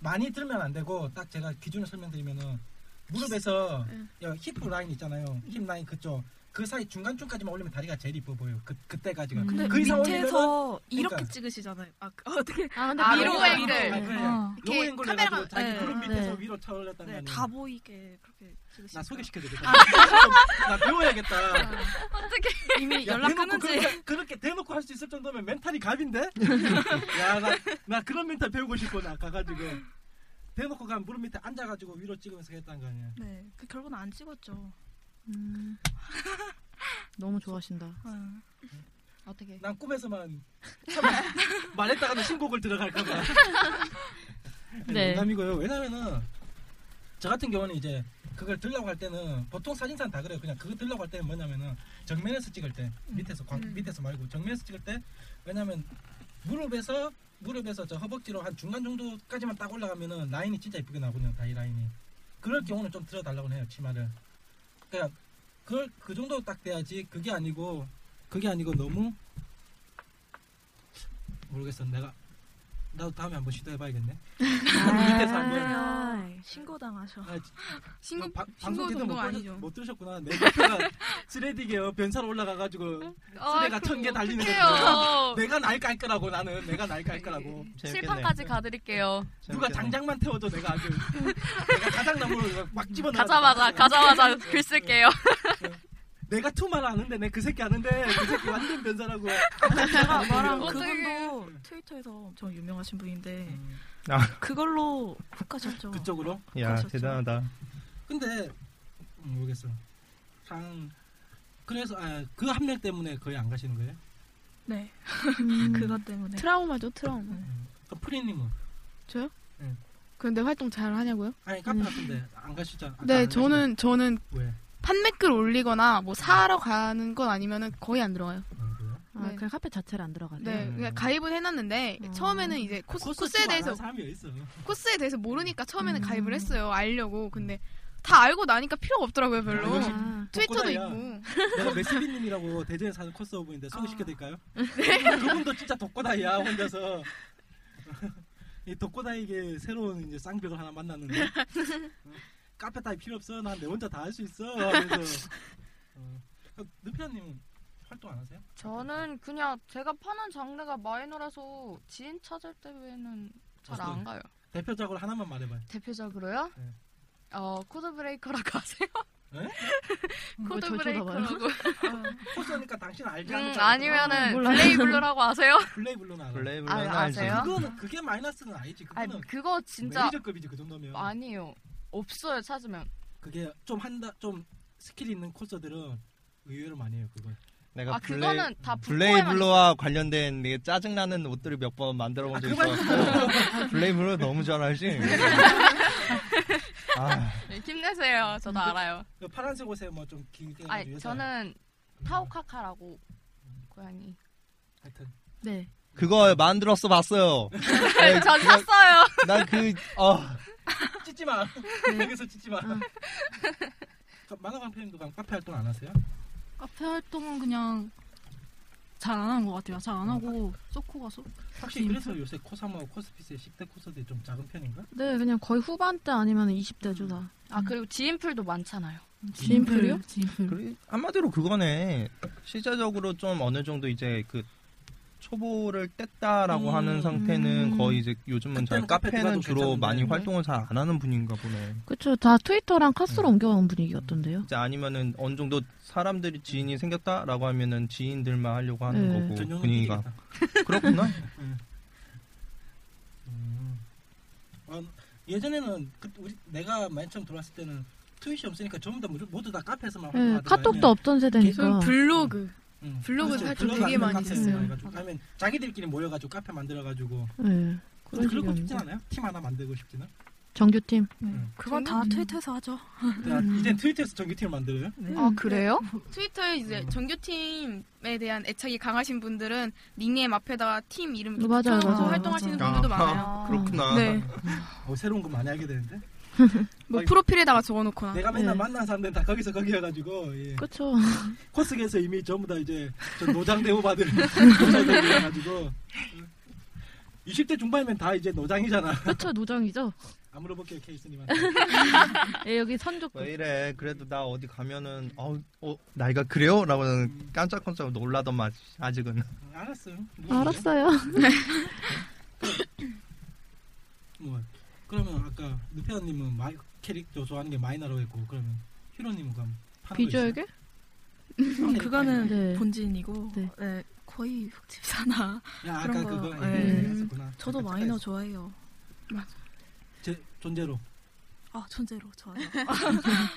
Speaker 14: 많이 들면 안 되고 딱 제가 기준을 설명드리면은 무릎에서 여- 힙 라인 있잖아요. 힙 라인 그쪽 그 사이 중간쯤까지만 올리면 다리가 제일 이뻐 보여. 그 그때까지가.
Speaker 12: 근데
Speaker 14: 그 이상 올리면은-
Speaker 12: 밑에서 이렇게
Speaker 14: 그러니까.
Speaker 12: 찍으시잖아요. 아, 그- 어떻게?
Speaker 16: 아,
Speaker 14: 근데 위로 앵글. 아, 그래.
Speaker 12: 어.
Speaker 14: 로우 이렇게 앵글 카메라가- 해가지고 자기 그룹 밑에서 위로 차올렸다는 거
Speaker 12: 네,
Speaker 14: 아니에요?
Speaker 12: 다 보이게 그렇게 찍으시.
Speaker 14: 나 소개시켜줘야겠다.
Speaker 12: 아.
Speaker 14: 나 배워야겠다.
Speaker 12: 어떻게? 이미
Speaker 14: 야,
Speaker 12: 연락
Speaker 14: 대놓고
Speaker 12: 끊은지.
Speaker 14: 그렇게, 그렇게 대놓고 할 수 있을 정도면 멘탈이 갑인데? 야, 나, 나 그런 멘탈 배우고 싶어, 나 가가지고. 대놓고 가면 무릎 밑에 앉아가지고 위로 찍으면서 했다는 거 아니야.
Speaker 12: 네, 그 결과는
Speaker 14: 음.
Speaker 12: 안 찍었죠.
Speaker 16: 너무 좋아하신다.
Speaker 11: 어떻게?
Speaker 14: 난 꿈에서만 참 말했다가도 신곡을 들어갈까 봐. 아니,
Speaker 16: 네.
Speaker 14: 농담이고요. 왜냐면은 저 같은 경우는 이제 그걸 들려고 할 때는 보통 사진사는 다 그래요. 그냥 그거 들려고 할 때는 뭐냐면은 정면에서 찍을 때 밑에서 광, 밑에서 말고 정면에서 찍을 때 왜냐면 무릎에서 무릎에서 저 허벅지로 한 중간 정도까지만 딱 올라가면은 라인이 진짜 예쁘게 나오거든요. 다이 라인이. 그럴 경우는 좀 들어달라고 해요. 치마를. 그러니까 그걸 그 정도 딱 돼야지 그게 아니고 그게 아니고 너무 모르겠어. 내가 나도 다음에 한번 시도해봐야겠네.
Speaker 12: 아,
Speaker 14: 밑에서 한번.
Speaker 12: 네,
Speaker 5: 신고당하셔.
Speaker 14: 아, 지-
Speaker 5: 신고
Speaker 14: 바-
Speaker 5: 신고
Speaker 14: 방송 때도 못,
Speaker 5: 동동
Speaker 14: 보셨-
Speaker 5: 아니죠?
Speaker 14: 못 들으셨구나. 내 목표가 쓰레디게요. 변사로 올라가가지고 쓰레가
Speaker 6: 어? 아, 그럼
Speaker 14: 천 개 달리는
Speaker 6: 어떡해요.
Speaker 14: 거죠. 내가 날 깔 거라고 나는 내가 날 깔 거라고.
Speaker 6: 네, 칠판까지 가드릴게요.
Speaker 14: 누가 장작만 태워도 내가 아주 내가 가장나무로 막 집어넣어. 네.
Speaker 6: 가자마자 가자마자 글 쓸게요.
Speaker 14: 내가 투만 아는데 내 그 새끼 아는데 그 새끼 완전 변사라고.
Speaker 6: 아,
Speaker 5: 제가 말한
Speaker 14: 어떡해. 음.
Speaker 5: 그분도 트위터에서 엄청 유명하신 분인데
Speaker 13: 아,
Speaker 5: 그걸로 훅 가셨죠.
Speaker 14: 그쪽으로?
Speaker 13: 야 대단하다.
Speaker 14: 근데 음, 모르겠어. 상 그래서 아, 그 합력 때문에 거의 안 가시는 거예요?
Speaker 5: 네. 그것 때문에.
Speaker 17: 음. 트라우마죠 트라우마.
Speaker 14: 그 프리님은
Speaker 17: 저요?
Speaker 14: 네.
Speaker 17: 그런데 활동 잘 하냐고요?
Speaker 14: 아니
Speaker 5: 음.
Speaker 6: 음.
Speaker 14: 카페 같은데 안 가시잖아. 아,
Speaker 17: 네
Speaker 14: 안 가시네.
Speaker 17: 저는 저는
Speaker 14: 왜?
Speaker 17: 판매글 올리거나 뭐 사러 가는 건 아니면은 거의 안 들어가요.
Speaker 11: 아,
Speaker 17: 네.
Speaker 11: 그냥 카페 자체를 안 들어가세요?
Speaker 17: 네,
Speaker 14: 음.
Speaker 17: 그냥 가입은 해놨는데 처음에는 이제 코스,
Speaker 11: 음. 코스
Speaker 17: 코스에
Speaker 11: 치고 안
Speaker 17: 대해서
Speaker 11: 하는 사람이
Speaker 14: 있어.
Speaker 17: 코스에 대해서 모르니까 처음에는 가입을 했어요 알려고 근데 다 알고 나니까 필요가 없더라고요 별로
Speaker 14: 역시
Speaker 17: 트위터도
Speaker 14: 독고다이야.
Speaker 17: 있고
Speaker 14: 내가 메스비님이라고 대전에 사는 코스어분인데 소개시켜드릴까요?
Speaker 6: 네.
Speaker 14: 그분도 진짜 독고다이야 혼자서 이 독고다이에게 새로운 이제 쌍벽을 하나 만났는데 카페 따위 필요 없어 난 내 혼자 다 할 수 있어 하면서 어. 느피아님 활동 안 하세요?
Speaker 6: 저는 그냥 제가 파는 장르가 마이너라서 지인 찾을 때에는 잘 안
Speaker 14: 어떤
Speaker 6: 가요.
Speaker 14: 대표작으로 하나만 말해봐요.
Speaker 6: 대표적으로요?
Speaker 14: 네.
Speaker 6: 어 코드 브레이커라고 하세요?
Speaker 14: 네?
Speaker 6: 코드 브레이커라고.
Speaker 14: 코스니까 당신 알지
Speaker 6: 음,
Speaker 14: 않을
Speaker 6: 아니면은 블레이블루라고 아세요?
Speaker 14: 블레이블루는 알아.
Speaker 13: 블레이블루는 아, 알지. 아세요?
Speaker 14: 그거는 그게 마이너스는 아니지. 그거는
Speaker 6: 아니, 그거 진짜-
Speaker 14: 매니저급이지 그 정도면.
Speaker 6: 아니에요. 없어요 찾으면.
Speaker 14: 그게 좀 한다 좀 스킬이 있는 코스들은 의외로 많이 해요 그걸.
Speaker 13: 내가
Speaker 6: 아, 그거는 다
Speaker 13: 블레이
Speaker 6: 북코에만
Speaker 13: 블루와 관련된 내 짜증나는 옷들을 몇 번 만들어
Speaker 6: 아,
Speaker 13: 본 적이 있어. 블레이 블루 너무 잘 알지. 아,
Speaker 6: 네, 힘내세요. 저도 알아요.
Speaker 14: 그 파란색 옷에 뭐 좀 길게 해가지고
Speaker 6: 아니
Speaker 14: 해서 음.
Speaker 6: 저는 타오카카라고 고양이.
Speaker 14: 하여튼
Speaker 11: 네.
Speaker 13: 그거 만들었어 봤어요. 네,
Speaker 6: 전
Speaker 13: 그거-
Speaker 6: 샀어요.
Speaker 13: 난 그, 어,
Speaker 14: 찢지 마.
Speaker 6: 네.
Speaker 14: 여기서 찢지 마. 저 만화관 팬님도 그럼 카페 활동 안 하세요?
Speaker 6: 아,
Speaker 7: 카페 활동은 그냥 잘 안 하는 것 같아요. 잘 안 하고 쏘코 가서.
Speaker 14: 확실히 그래서 요새 코사모와 코스피스의 10대 코스들이 좀 작은 편인가?
Speaker 11: 네, 그냥 거의 후반대 아니면 20대죠 다.
Speaker 14: 음.
Speaker 6: 아 그리고 지인풀도 많잖아요.
Speaker 11: 지인풀이요?
Speaker 13: 그래, 한마디로 그거네. 시제적으로 좀 어느 정도 이제 그 초보를 뗐다라고
Speaker 6: 음.
Speaker 13: 하는 상태는 거의 이제 요즘은 잘
Speaker 14: 그때는 카페
Speaker 13: 카페는
Speaker 14: 들어가도
Speaker 13: 주로 많이
Speaker 14: 괜찮은데.
Speaker 13: 활동을 잘 안 하는 분인가 보네.
Speaker 11: 그쵸, 다 트위터랑 카스로
Speaker 14: 음.
Speaker 11: 옮겨온 분위기였던데요.
Speaker 13: 이제 아니면은 어느 정도 사람들이 지인이 생겼다라고 하면은 지인들만 하려고 하는
Speaker 11: 네.
Speaker 13: 거고
Speaker 11: 전용은
Speaker 13: 분위기가 그렇구나.
Speaker 14: 어, 예전에는 그, 우리 내가 맨 처음 들어왔을 때는 트윗이 없으니까 전부 다 모두, 모두 다 카페에서만
Speaker 11: 네,
Speaker 14: 활동하다가
Speaker 11: 카톡도 없던 세대니까. 음,
Speaker 14: 저는
Speaker 17: 블로그 음, 블로그
Speaker 14: 그렇죠.
Speaker 17: 활동
Speaker 14: 블로그
Speaker 17: 되게
Speaker 14: 아니면
Speaker 17: 많이
Speaker 14: 카페에서
Speaker 17: 했어요.
Speaker 14: 해가지고 아니면 자기들끼리 모여가지고 카페 만들어가지고
Speaker 11: 네,
Speaker 14: 근데
Speaker 11: 그런 적이
Speaker 14: 그러고 싶진
Speaker 11: 없는데.
Speaker 14: 않아요? 팀 하나 만들고 싶지는?
Speaker 11: 정규팀.
Speaker 14: 음.
Speaker 5: 그건 다 트위터에서 하죠.
Speaker 11: 음.
Speaker 14: 이제 트위터에서 정규팀을 만들어요?
Speaker 17: 음, 네. 트위터에 이제 정규팀에 대한 애착이 강하신 분들은 닉네임 앞에다가 팀 이름 이렇게
Speaker 11: 맞아요,
Speaker 17: 붙여놓고
Speaker 11: 네. 맞아요. 음.
Speaker 17: 활동하시는
Speaker 14: 맞아요.
Speaker 17: 분들도
Speaker 14: 아,
Speaker 17: 많아요.
Speaker 14: 그렇구나.
Speaker 17: 네.
Speaker 14: 어, 새로운 거 많이 알게 되는데?
Speaker 17: 뭐 프로필에다가 적어놓거나. 네.
Speaker 14: 내가 맨날 만난 사람들은 다 거기서 거기여가지고 예.
Speaker 11: 네. 그쵸.
Speaker 14: 코스에서 이미 전부 다 이제 저 노장 대우 받은 노장들이어가지고 20대 중반이면 다 이제 노장이잖아.
Speaker 11: 그쵸, 노정이죠.
Speaker 14: 안 물어볼게요 케이스님한.
Speaker 11: 예, 여기 선조국.
Speaker 13: 왜 이래? 그래도 나 어디 가면은 어, 어 나이가 그래요? 라고는 깜짝깜짝 놀라던 맛 아직은.
Speaker 14: 음, 알았어요.
Speaker 11: 알았어요.
Speaker 14: 뭐 그러면 아까 누페아님은 마이 캐릭터 좋아하는 게 마이너라고 했고 그러면 히로님은 그럼 파는 거
Speaker 12: 비주얼계?
Speaker 14: 있어요?
Speaker 12: 음, 그거는
Speaker 11: 네.
Speaker 12: 본진이고 네. 거의 흑집사나
Speaker 14: 야,
Speaker 12: 그런
Speaker 14: 아까
Speaker 12: 거.
Speaker 14: 그거
Speaker 12: 예.
Speaker 14: 얘기했었구나.
Speaker 12: 저도
Speaker 14: 잠깐
Speaker 12: 마이너 좋아해요.
Speaker 14: 제 존재로
Speaker 12: 아 존재로 좋아요.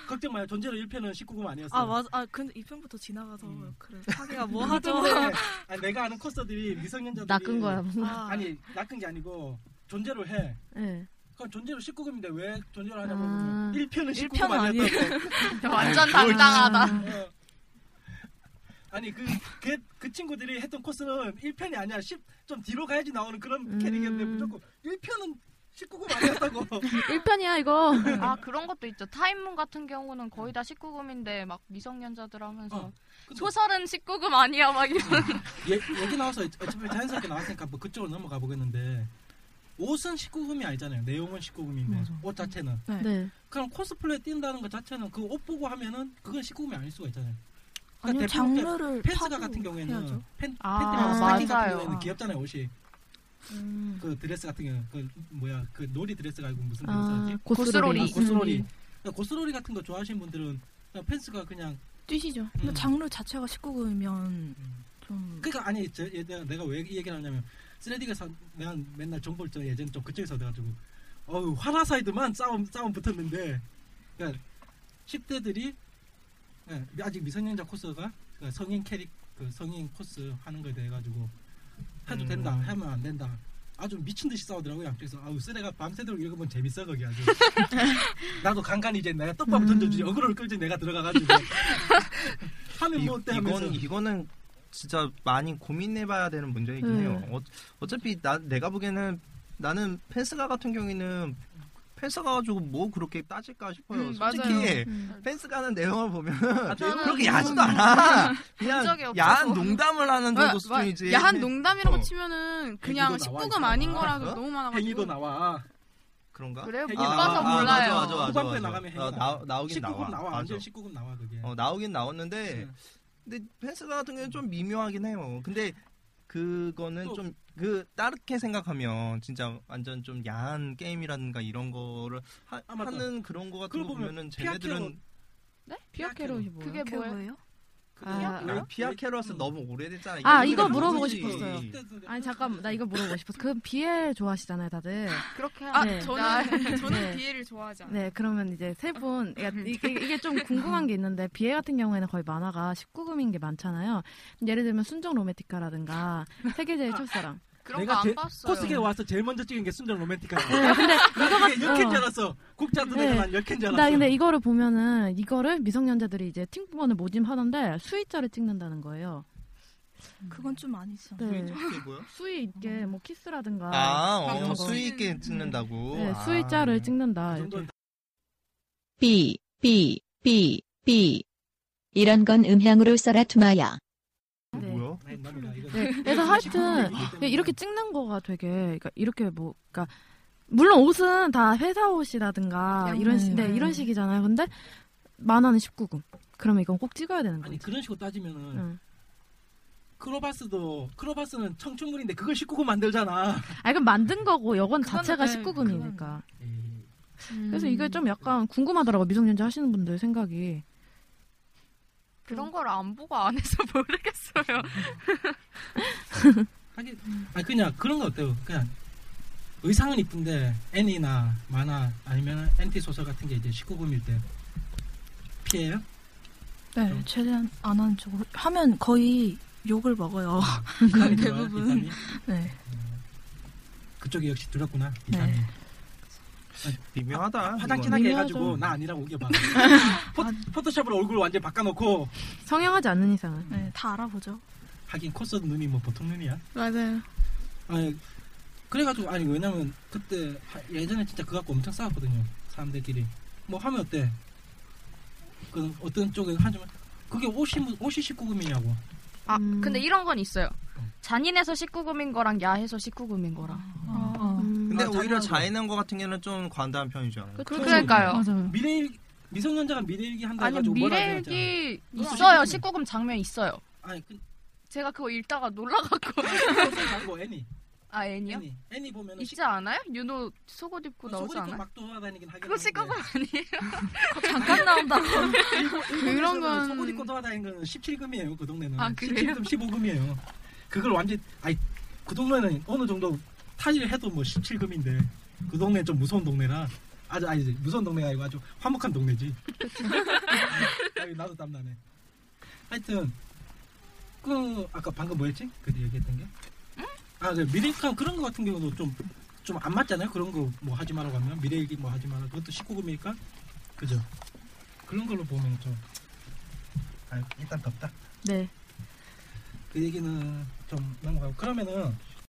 Speaker 14: 걱정 마요. 존재로 1편은 19금 아니었어요.
Speaker 12: 아 맞아. 아 근데 이 편부터 지나가서 그래 사기가 뭐
Speaker 14: 그
Speaker 12: 하죠?
Speaker 14: 때문에 아니, 내가 아는 코스들이 미성년자들이
Speaker 11: 낚은 거야, 뭔가.
Speaker 14: 아니 낚은 게 아니고 존재로 해.
Speaker 11: 네.
Speaker 14: 그건 존재로 19금인데 왜 존재로 하냐고
Speaker 11: 아.
Speaker 14: 그러면 1편은 19금
Speaker 11: 일편은
Speaker 14: 아니었다고.
Speaker 11: 완전
Speaker 14: 아니, 그걸
Speaker 11: 당당하다.
Speaker 14: 진짜. 어. 아니 그 그 친구들이 했던 코스는 1편이 아니야. 10좀 뒤로 가야지 나오는 그런
Speaker 11: 음.
Speaker 14: 캐릭인데 무조건 1편은 19금 아니었다고.
Speaker 11: 1편이야 이거.
Speaker 6: 아 그런 것도 있죠. 타임문 같은 경우는 거의 다 19금인데 막 미성년자들 하면서 소설은 19금 아니야 막 이런.
Speaker 14: 얘, 얘기 나와서 어차피 자연스럽게 나왔으니까 뭐 그쪽으로 넘어가 보겠는데 옷은 19금이 아니잖아요. 내용은 19금인데 옷 자체는.
Speaker 11: 네. 네.
Speaker 14: 그럼 코스플레이 뛴다는 것 자체는 그 옷 보고 하면은 그건 19금이 아닐 수가 있잖아요. 그러니까
Speaker 12: 아니요,
Speaker 14: 대표적인
Speaker 12: 장르를
Speaker 14: 팬츠가
Speaker 12: 파고
Speaker 14: 같은 경우에는
Speaker 12: 해야죠.
Speaker 14: 팬,
Speaker 12: 아,
Speaker 14: 팬티랑 스타킹 같은
Speaker 12: 맞아요.
Speaker 14: 경우에는
Speaker 12: 아.
Speaker 14: 귀엽잖아요 옷이.
Speaker 12: 음.
Speaker 14: 그 드레스 같은 경우 그 뭐야 그 놀이 드레스가 아니고 무슨
Speaker 11: 아,
Speaker 14: 드레스였지?
Speaker 11: 고스로리.
Speaker 14: 아, 고스로리.
Speaker 11: 음.
Speaker 14: 그러니까 고스로리 같은 거 좋아하시는 분들은 그냥 팬츠가 그냥 음.
Speaker 12: 뛰시죠. 근데 장르 자체가 19금이면 좀
Speaker 14: 그러니까 아니 저, 얘, 내가, 내가 왜 이 얘기를 하냐면 쓰레디가 사, 내가 맨날 정보를 저 예전 좀 그쪽에서 내가지고 어우 화라사이드만 싸움 싸움 붙었는데 그러니까 10대들이 예, 아직 미성년자 코스가 그러니까 성인 캐릭 그 성인 코스 하는 거에 대해 가지고 해도
Speaker 13: 음.
Speaker 14: 된다 하면 안 된다 아주 미친 듯이 싸우더라고요 양쪽에서 아우 쓰레가 밤새도록 읽으면 재밌어 거기 아주 나도 간간히 이제 내가 떡밥 던져주지 어그로를 끌지 내가 들어가가지고 하면 뭐 어때 하면서
Speaker 13: 이건 이거는 진짜 많이 고민해봐야 되는 문제이긴
Speaker 14: 네.
Speaker 13: 해요. 어, 어차피 나 내가 보기에는 나는 펜스가 같은 경우에는 펜스가 가지고 뭐 그렇게 따질까 싶어요.
Speaker 17: 음,
Speaker 13: 솔직히
Speaker 17: 맞아요. 음. 아,
Speaker 13: 펜스가 하는 내용을 보면
Speaker 17: 저는
Speaker 13: 그렇게 야하지도
Speaker 17: 음,
Speaker 13: 않아.
Speaker 17: 본 적이
Speaker 13: 그냥
Speaker 17: 없어서.
Speaker 13: 야한 농담을 하는
Speaker 17: 와,
Speaker 13: 정도
Speaker 17: 와,
Speaker 13: 수준이지.
Speaker 17: 어, 뭐 야한 농담이라고
Speaker 13: 어.
Speaker 17: 치면은 그냥
Speaker 13: 행위도 나와
Speaker 17: 19금
Speaker 13: 있잖아.
Speaker 17: 아닌 거라서
Speaker 13: 어?
Speaker 17: 너무 많아가지고.
Speaker 14: 행위도 나와.
Speaker 13: 그런가?
Speaker 17: 그래요?
Speaker 14: 행위
Speaker 17: 못
Speaker 14: 나와.
Speaker 17: 봐서 몰라요.
Speaker 13: 아, 맞아, 맞아, 맞아.
Speaker 14: 후반부에
Speaker 13: 맞아.
Speaker 14: 나가면
Speaker 13: 어,
Speaker 14: 행위
Speaker 13: 나,
Speaker 14: 나와.
Speaker 13: 나오긴
Speaker 14: 19금
Speaker 13: 나와.
Speaker 14: 나와.
Speaker 13: 맞아.
Speaker 14: 완전 19금 나와 그게.
Speaker 13: 어, 나오긴
Speaker 17: 네.
Speaker 13: 나오는데 근데 펜스가 같은 경우는 좀 미묘하긴 해요. 근데 그거는 좀 그 따르게 생각하면 진짜 완전 좀 야한 게임이라든가 이런 거를 하,
Speaker 14: 아, 맞다.
Speaker 13: 는 그런 거 같은 거
Speaker 14: 그걸 보면
Speaker 13: 보면은
Speaker 14: 피아케로.
Speaker 13: 쟤네들은
Speaker 6: 네?
Speaker 11: 피아케롯이 뭐예요?
Speaker 6: 그게
Speaker 11: 그게
Speaker 6: 뭐예요?
Speaker 11: 아,
Speaker 13: 아, 피아 캐럿은 너무 오래됐잖아.
Speaker 11: 아
Speaker 13: 이거는
Speaker 11: 이거 물어보고
Speaker 13: 모르지.
Speaker 11: 싶었어요. 아니 잠깐 나 이거 물어보고 싶었어. 그 BL 좋아하시잖아요 다들.
Speaker 17: 그렇게 하- 아, 저는- 저는
Speaker 11: 네.
Speaker 17: BL 좋아하지 않아요.
Speaker 11: 네 그러면 이제 세 분 이게, 이게 좀 궁금한 게 있는데 BL 같은 경우에는 거의 만화가 19금인 게 많잖아요. 예를 들면 순정 로맨티카라든가 세계제의 첫사랑.
Speaker 14: 내가 제- 코스게 와서 제일 먼저 찍은 게 순정 로맨틱한
Speaker 11: 네, 근데 이거 같-
Speaker 14: 이게 10캔
Speaker 11: 어.
Speaker 14: 줄 알았어. 국자도
Speaker 11: 네.
Speaker 14: 내가 그러니까 난 10캔 줄 알았어.
Speaker 11: 나 근데 이거를 보면은 이거를 미성년자들이 이제 팀원을 모집하는데 수의자를 찍는다는 거예요.
Speaker 14: 음.
Speaker 12: 그건 좀 음. 아니죠.
Speaker 11: 네.
Speaker 13: 뭐야?
Speaker 11: 수의 있게 뭐 키스라든가
Speaker 13: 아,
Speaker 11: 그런
Speaker 13: 어,
Speaker 11: 거.
Speaker 13: 수위 있게 찍는다고.
Speaker 11: 네,
Speaker 13: 아.
Speaker 11: 수의자를 찍는다. 이렇게.
Speaker 8: B, B, B, B. 이런 건 음향으로 써라 투마야.
Speaker 13: 뭐야?
Speaker 11: 네, 그래서 하여튼 네, 이렇게 찍는 거가 되게 그러니까 이렇게 뭐 그러니까 물론 옷은 다 회사 옷이라든가 이런 식, 네, 이런 식이잖아요. 근데 만화는 19금. 그러면 이건 꼭 찍어야 되는 거예요.
Speaker 14: 아니 그런 식으로 따지면은
Speaker 11: 응.
Speaker 14: 크로바스도 크로바스는 청춘물인데 그걸 19금 만들잖아.
Speaker 11: 아 이건 만든 거고 여건 자체가
Speaker 14: 네,
Speaker 11: 19금이니까.
Speaker 6: 네.
Speaker 11: 음. 그래서
Speaker 6: 음.
Speaker 11: 이게 좀 약간 궁금하더라고 미성년자 하시는 분들 생각이.
Speaker 6: 그런 걸 안 보고 안 해서 모르겠어요.
Speaker 11: 음.
Speaker 14: 하긴 아니 그냥 그런 거 어때요? 그냥 의상은 이쁜데 애니나 만화 아니면 엔티 소설 같은 게 이제 19금일 때 피해요?
Speaker 12: 네,
Speaker 14: 음.
Speaker 12: 최대한 안 하는 쪽으로 하면 거의 욕을 먹어요.
Speaker 14: 비타민 들어요?
Speaker 12: 대부분.
Speaker 14: 비타민?
Speaker 12: 네.
Speaker 14: 그쪽이 역시 두렵구나. 비타민.
Speaker 13: 네. 미묘하다.
Speaker 14: 화장진하게 해가지고 나 아니라고 우겨봐. 포, 포토샵으로 얼굴 완전 히 바꿔놓고
Speaker 11: 성형하지 않는 이상은.
Speaker 12: 네, 다 알아보죠.
Speaker 14: 하긴 코스 눈이 뭐 보통 눈이야.
Speaker 12: 맞아요.
Speaker 14: 아니 그래가지고 아니 왜냐면 그때 하- 예전에 진짜 그거 갖고 엄청 싸웠거든요 사람들끼리 뭐 하면 어때 그 어떤 쪽에 하지만 그게 옷이 무- 옷이 19금이냐고
Speaker 6: 아 근데 이런 건 있어요. 잔인해서 19금인 거랑 야해서 19금인 거랑.
Speaker 11: 아.
Speaker 14: 아,
Speaker 13: 근데 오히려 자인한 거 같은 경우는 좀 관대한 편이죠.
Speaker 6: 그러니까요.
Speaker 14: 미래일 미성년자가 미래일기 한다
Speaker 6: 아니
Speaker 14: 해가지고 뭐라 해야 되나
Speaker 6: 미래일기
Speaker 14: 그거
Speaker 6: 있어요.
Speaker 14: 19금.
Speaker 6: 19금 장면 있어요.
Speaker 14: 아니 그
Speaker 6: 제가 그거 읽다가 놀라갖고
Speaker 14: 뭐 애니
Speaker 6: 아 애니요?
Speaker 14: 애니, 보면
Speaker 6: 있지 않아요? 윤호 속옷 입고 나오지
Speaker 14: 속옷 입고
Speaker 6: 않아?
Speaker 14: 막 돌아다니긴 하긴
Speaker 6: 그거 19금 아니에요?
Speaker 14: 잠깐
Speaker 6: 나온다고.
Speaker 14: 그런
Speaker 6: 그런
Speaker 14: 건
Speaker 6: 건-
Speaker 14: 속옷 입고 돌아다니는 거는 17금이에요 그 동네는
Speaker 6: 아, 그래요?
Speaker 14: 17금 15금이에요 그걸 완전 아니 그 동네는 어느 정도 타지를 해도 뭐 17금인데 그 동네 좀 무서운 동네라 아주 아니 무서운 동네가 아니고 아주 화목한 동네지. 아유, 나도 땀 나네. 하여튼 그 아까 방금 뭐였지? 그 얘기했던 게? 아, 그 미래익학 그런 거 같은 경우도 좀 좀 안 맞잖아요. 그런 거 뭐 하지 말라고 하면 미래익이 뭐 하지 말라. 그것도 19금이니까 그죠? 그런 걸로 보면 좀 아, 일단 덥다.
Speaker 11: 네.
Speaker 14: 그 얘기는 좀 넘어가고 그러면은